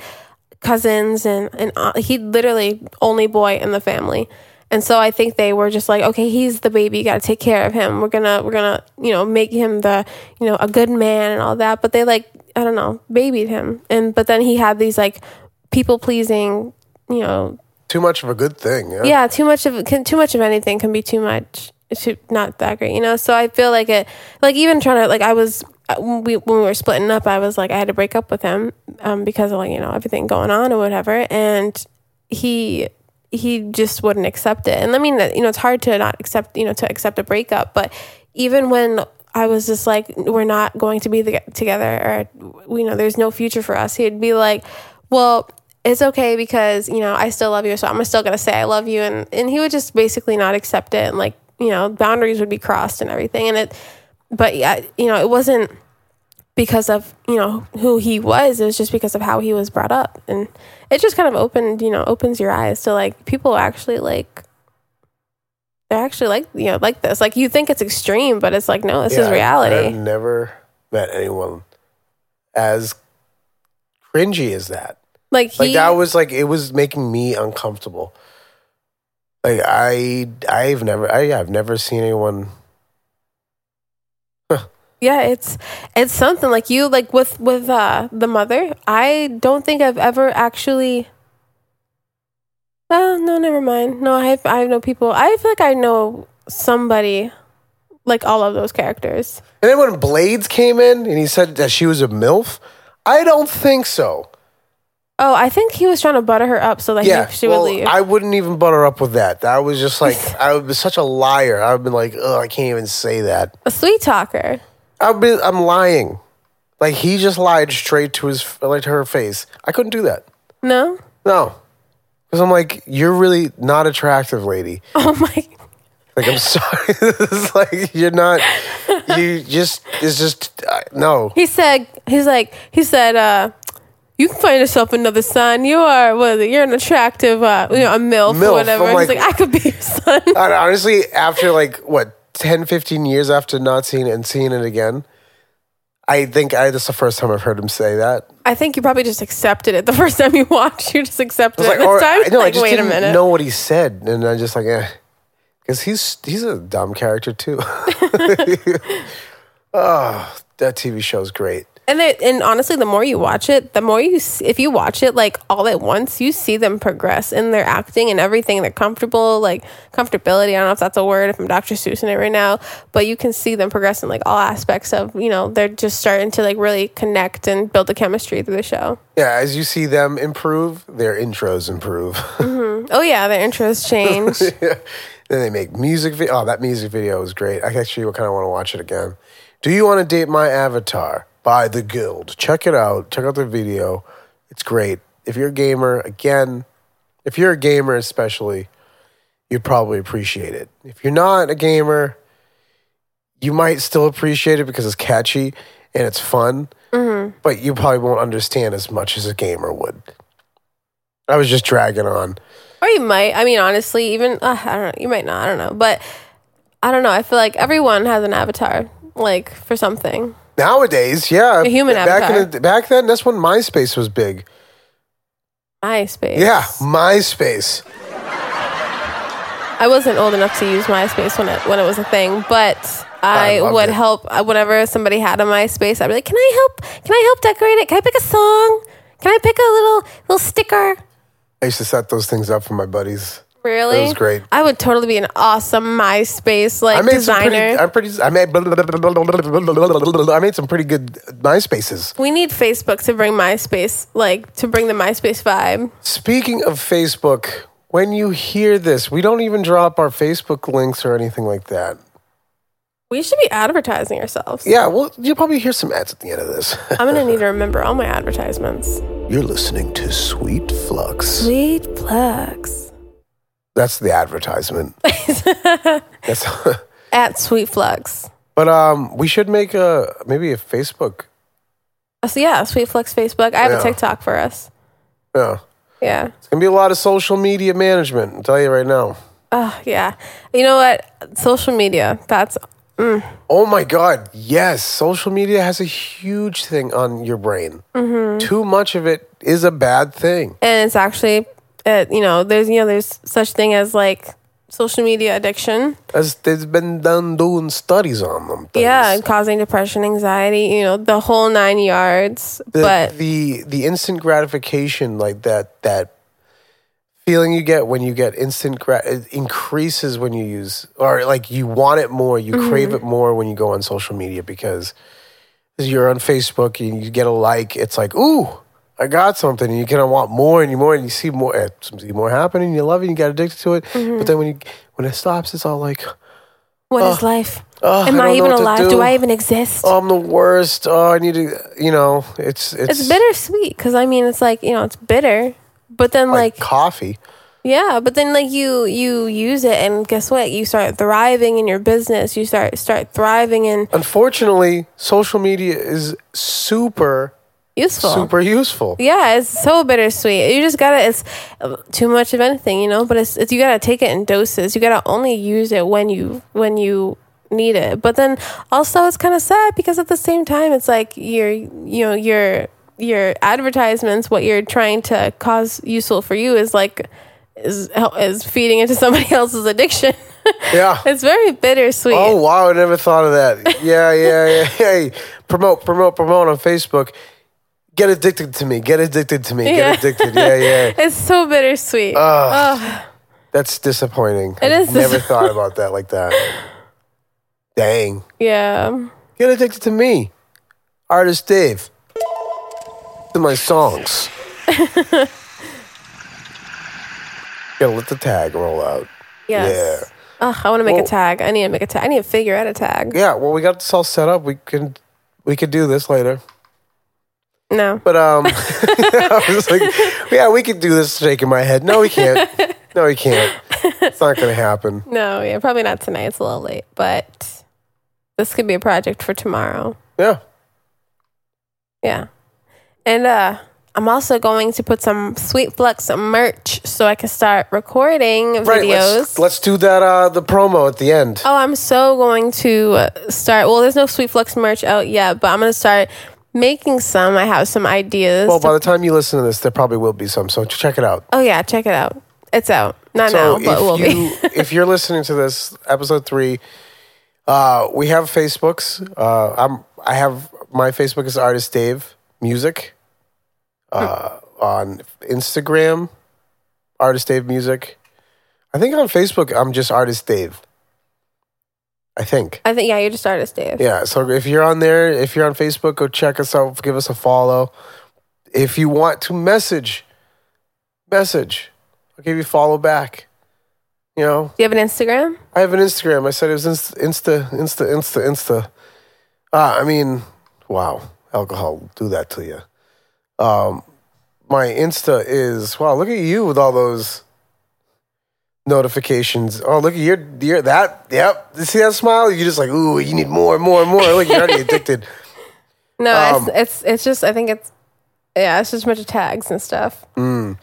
B: cousins and and uh, he literally only boy in the family and so i think they were just like okay he's the baby got to take care of him we're gonna we're gonna you know make him the you know a good man and all that but they like i don't know babied him and but then he had these like people pleasing you know
C: Too much of a good thing. Yeah.
B: yeah too much of can, too much of anything can be too much It's too- not that great you know so i feel like it like even trying to like i was uh, when we when we were splitting up i was like i had to break up with him um because of like you know everything going on or whatever and he he just wouldn't accept it and i mean that you know it's hard to not accept you know to accept a breakup but even when i was just like we're not going to be the, together or you know there's no future for us he'd be like well it's okay because you know I still love you, so I'm still gonna say I love you, and and he would just basically not accept it, and like you know boundaries would be crossed and everything, and it, but yeah, you know it wasn't because of you know who he was, it was just because of how he was brought up, and it just kind of opened you know opens your eyes to like people actually like they're actually like you know like this, like you think it's extreme, but it's like no, this is
C: Yeah, I- I've
B: reality.
C: never met anyone as cringy as that.
B: Like he,
C: Like that was like it was making me uncomfortable. Like I I've never I I've never seen anyone
B: yeah it's it's something like you like with with uh the mother i don't think i've ever actually oh no never mind no i i know people i feel like i know somebody like all of those characters
C: And then when Blades came in and he said that she was a MILF, I don't think so.
B: oh i think he was trying to butter her up so that
C: Yeah.
B: he, she
C: well,
B: would leave
C: I wouldn't even butter up with that. I was just like, I was such a liar. I've been like, oh, I can't even say that.
B: a sweet talker
C: I've been, I'm lying. Like he just lied straight to his, like to her face. I couldn't do that.
B: no
C: No. Because I'm like, you're really not attractive, lady.
B: oh my
C: Like, I'm sorry. this is like, you're not, you just, it's just, uh, no.
B: he said he's like he said uh you can find yourself another son. You are what is it? You're an attractive, uh, you know, a milf,
C: Milf.
B: or whatever.
C: I'm
B: He's like,
C: like-
B: I could be your son.
C: And honestly, after like what 10, 15 years after not seeing it and seeing it again, I think I that's the first time I've heard him say that.
B: I think you probably just accepted it the first time you watched. You just accepted
C: It's
B: it this
C: or-
B: time.
C: I know, I
B: like,
C: just
B: wait a
C: didn't
B: minute.
C: know what he said, and I just like, eh, because he's he's a dumb character too. oh, that TV show's great.
B: And they, and honestly, the more you watch it, the more you s- if you watch it like all at once, you see them progress in their acting and everything. They're comfortable, like comfortability. I don't know if that's a word. If I'm Dr. Seuss in it right now, but you can see them progress in like all aspects of you know they're just starting to like really connect and build the chemistry through the show.
C: Yeah, as you see them improve, their intros improve.
B: Oh yeah, their interests change.
C: then they make music video. Oh, that music video was great. I actually kind of want to watch it again. Do you want to date my avatar by the Guild? Check it out. Check out the video. It's great. If you're a gamer, again, if you're a gamer especially, you'd probably appreciate it. If you're not a gamer, you might still appreciate it because it's catchy and it's fun, but you probably won't understand as much as a gamer would. I was just dragging on.
B: Or you might. I mean, honestly, even uh, I don't know. You might not. I don't know. But I don't know. I feel like everyone has an avatar, like for something.
C: Nowadays, yeah,
B: A human
C: back
B: avatar.
C: In the, back then, that's when MySpace was big.
B: MySpace.
C: Yeah, MySpace.
B: I wasn't old enough to use MySpace when it when it was a thing, but
C: I
B: I,
C: loved
B: would
C: it.
B: help uh, whenever somebody had a MySpace. I'd be like, "Can I help? Can I help decorate it? Can I pick a song? Can I pick a little little sticker?"
C: I used to set those things up for my buddies.
B: Really?
C: It was great.
B: I would totally be an awesome MySpace like
C: I made some
B: designer.
C: pretty. I'm pretty. I made. I made some pretty good MySpaces.
B: we need Facebook to bring MySpace like to bring the MySpace vibe.
C: Speaking of Facebook, when you hear this, we don't even drop our Facebook links or anything like that.
B: We should be advertising ourselves.
C: Yeah, well, you'll probably hear some ads at the end of this.
B: I'm gonna need to remember all my advertisements.
C: You're listening to Sweet Flux.
B: Sweet Flux.
C: That's the advertisement. That's,
B: At Sweet Flux.
C: but um, we should make a maybe a Facebook.
B: Uh, So yeah, Sweet Flux Facebook. I have
C: Yeah.
B: a TikTok for us.
C: Yeah,
B: Yeah.
C: it's gonna be a lot of social media management. I'll tell you right now.
B: Oh yeah. You know what? Social media. That's
C: Oh my God. Yes. Social media has a huge thing on your brain. Too much of it is a bad thing.
B: and it's actually uh, you know there's you know there's such thing as like social media addiction
C: As there's been done doing studies on them. things.
B: yeah and causing depression anxiety you know the whole nine yards
C: The,
B: but
C: the, the instant gratification, like that, that feeling you get when you get instant grat, it increases when you use, or like you want it more, you
B: Mm-hmm.
C: crave it more when you go on social media because you're on Facebook and you get a like, it's like, ooh, I got something, and you kind of want more and you more, and you see more, eh, see more happening, you love it, and you get addicted to it.
B: Mm-hmm.
C: But then when you when it stops, it's all like,
B: what is life
C: oh,
B: am
C: I,
B: i,
C: don't
B: even
C: know what to
B: alive do.
C: Do.
B: i even exist
C: Oh, I'm the worst. Oh, I need to, you know, it's it's,
B: it's, bittersweet because i mean it's like you know it's bitter but then
C: like,
B: like,
C: coffee.
B: yeah but then like you you use it and guess what you start thriving in your business you start start thriving and
C: Unfortunately, social media is super
B: useful
C: super useful.
B: yeah, it's so bittersweet. You just gotta. It's um, too much of anything, you know. But it's, it's you gotta take it in doses. You gotta only use it when you when you need it. But then also, it's kind of sad because at the same time, it's like your you know your your advertisements, what you're trying to cause useful for you is like is is feeding into somebody else's addiction.
C: Yeah.
B: it's very bittersweet.
C: Oh wow, I never thought of that. Yeah, yeah, yeah. yeah. Promote, promote, promote on Facebook. Get addicted to me. Get addicted to me.
B: Yeah.
C: Get addicted. Yeah, yeah.
B: It's so bittersweet.
C: Uh. That's disappointing.
B: It is
C: Never
B: disappointing.
C: thought about that like that. Dang.
B: yeah.
C: Get addicted to me. Artist Dave. To my songs. Gotta let the tag roll out.
B: Yes.
C: Yeah.
B: Ugh, I want to make
C: Well-
B: a tag. I need to make a tag. I need to figure out a tag.
C: Yeah, well we got this all set up. We can we could do this later.
B: No.
C: But um, I was like, yeah, we could do this. Shaking my head. No, we can't. No, we can't. It's not going to happen.
B: No, yeah, probably not tonight. It's a little late, but this could be a project for tomorrow.
C: Yeah.
B: Yeah. And uh I'm also going to put some Sweet Flux merch so I can start recording
C: Right.
B: videos.
C: Let's, let's do that. Uh, the promo at the end.
B: Oh, I'm so going to uh, start. Well, there's no Sweet Flux merch out yet, but I'm going to start making some. I have some ideas.
C: well,
B: to-
C: by the time you listen to this, there probably will be some. So check it out.
B: oh, yeah, check it out. It's out. Not
C: So
B: now, but it will
C: if
B: be.
C: you if you're listening to this episode three, uh, we have Facebooks. Uh, I'm I have my Facebook is artist Dave Music. Uh, on Instagram, artist Dave Music. I think on Facebook I'm just artist Dave. I think.
B: I think, yeah, you're just artist, Dave.
C: Yeah. So if you're on there, if you're on Facebook, go check us out. Give us a follow. If you want to message, message. I'll give you follow back. You know,
B: Do you have an Instagram?
C: I have an Instagram. I said it was inst- Insta, Insta, Insta, Insta. Ah, I mean, wow, alcohol will do that to you. Um, my Insta is wow. Look at you with all those notifications. Oh, look at your your that. Yep, you see that smile? You're just like, ooh, you need more, more, more. Look, you're already addicted.
B: No,
C: Um,
B: it's, it's it's just I think it's yeah, it's just a bunch of tags and stuff.
C: Mm.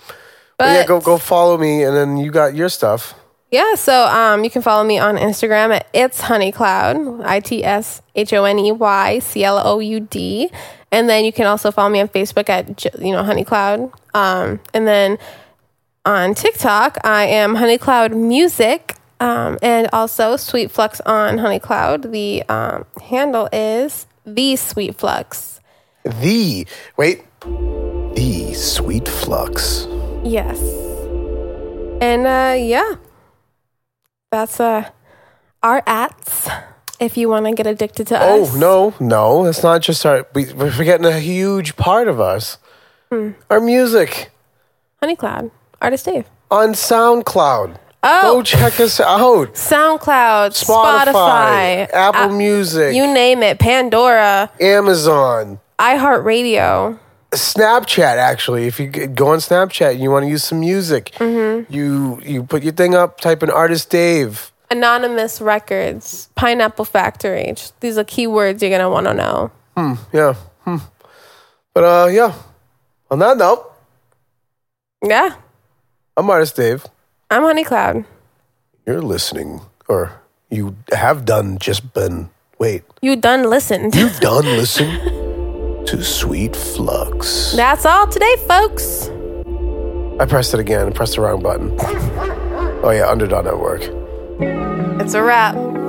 B: But
C: But yeah, go go follow me, and then you got your stuff.
B: yeah, so um, you can follow me on Instagram at it's honeycloud, I T S H O N E Y C L O U D, and then you can also follow me on Facebook at J- you know honeycloud, um, and then on TikTok I am honeycloud music. Um, and also Sweet Flux on Honeycloud. The um, handle is the Sweet Flux.
C: The wait, the sweet flux.
B: Yes. And uh, yeah, that's uh, our ats. If you want to get addicted to us,
C: Oh no, no, that's not just our. We, we're forgetting a huge part of us.
B: Hmm.
C: Our music
B: HoneyCloud, artist Dave.
C: on SoundCloud.
B: Oh,
C: Go check us out.
B: SoundCloud,
C: Spotify,
B: Spotify,
C: Apple
B: uh,
C: Music,
B: you name it, Pandora,
C: Amazon,
B: iHeartRadio.
C: Snapchat. Actually, if you g- go on Snapchat and you want to use some music,
B: Mm-hmm.
C: you you put your thing up, type in artist Dave.
B: Anonymous Records, Pineapple Factory. Just- These are keywords you're going to want to know.
C: Yeah. Hmm. But uh, yeah. On that note,
B: Yeah,
C: I'm artist Dave.
B: I'm HoneyCloud.
C: You're listening, or you have done just been. Wait.
B: You done listened.
C: You've done listen to Sweet Flux.
B: That's all today, folks.
C: I pressed it again. I pressed the wrong button. Oh yeah, Underdog Network.
B: It's a wrap.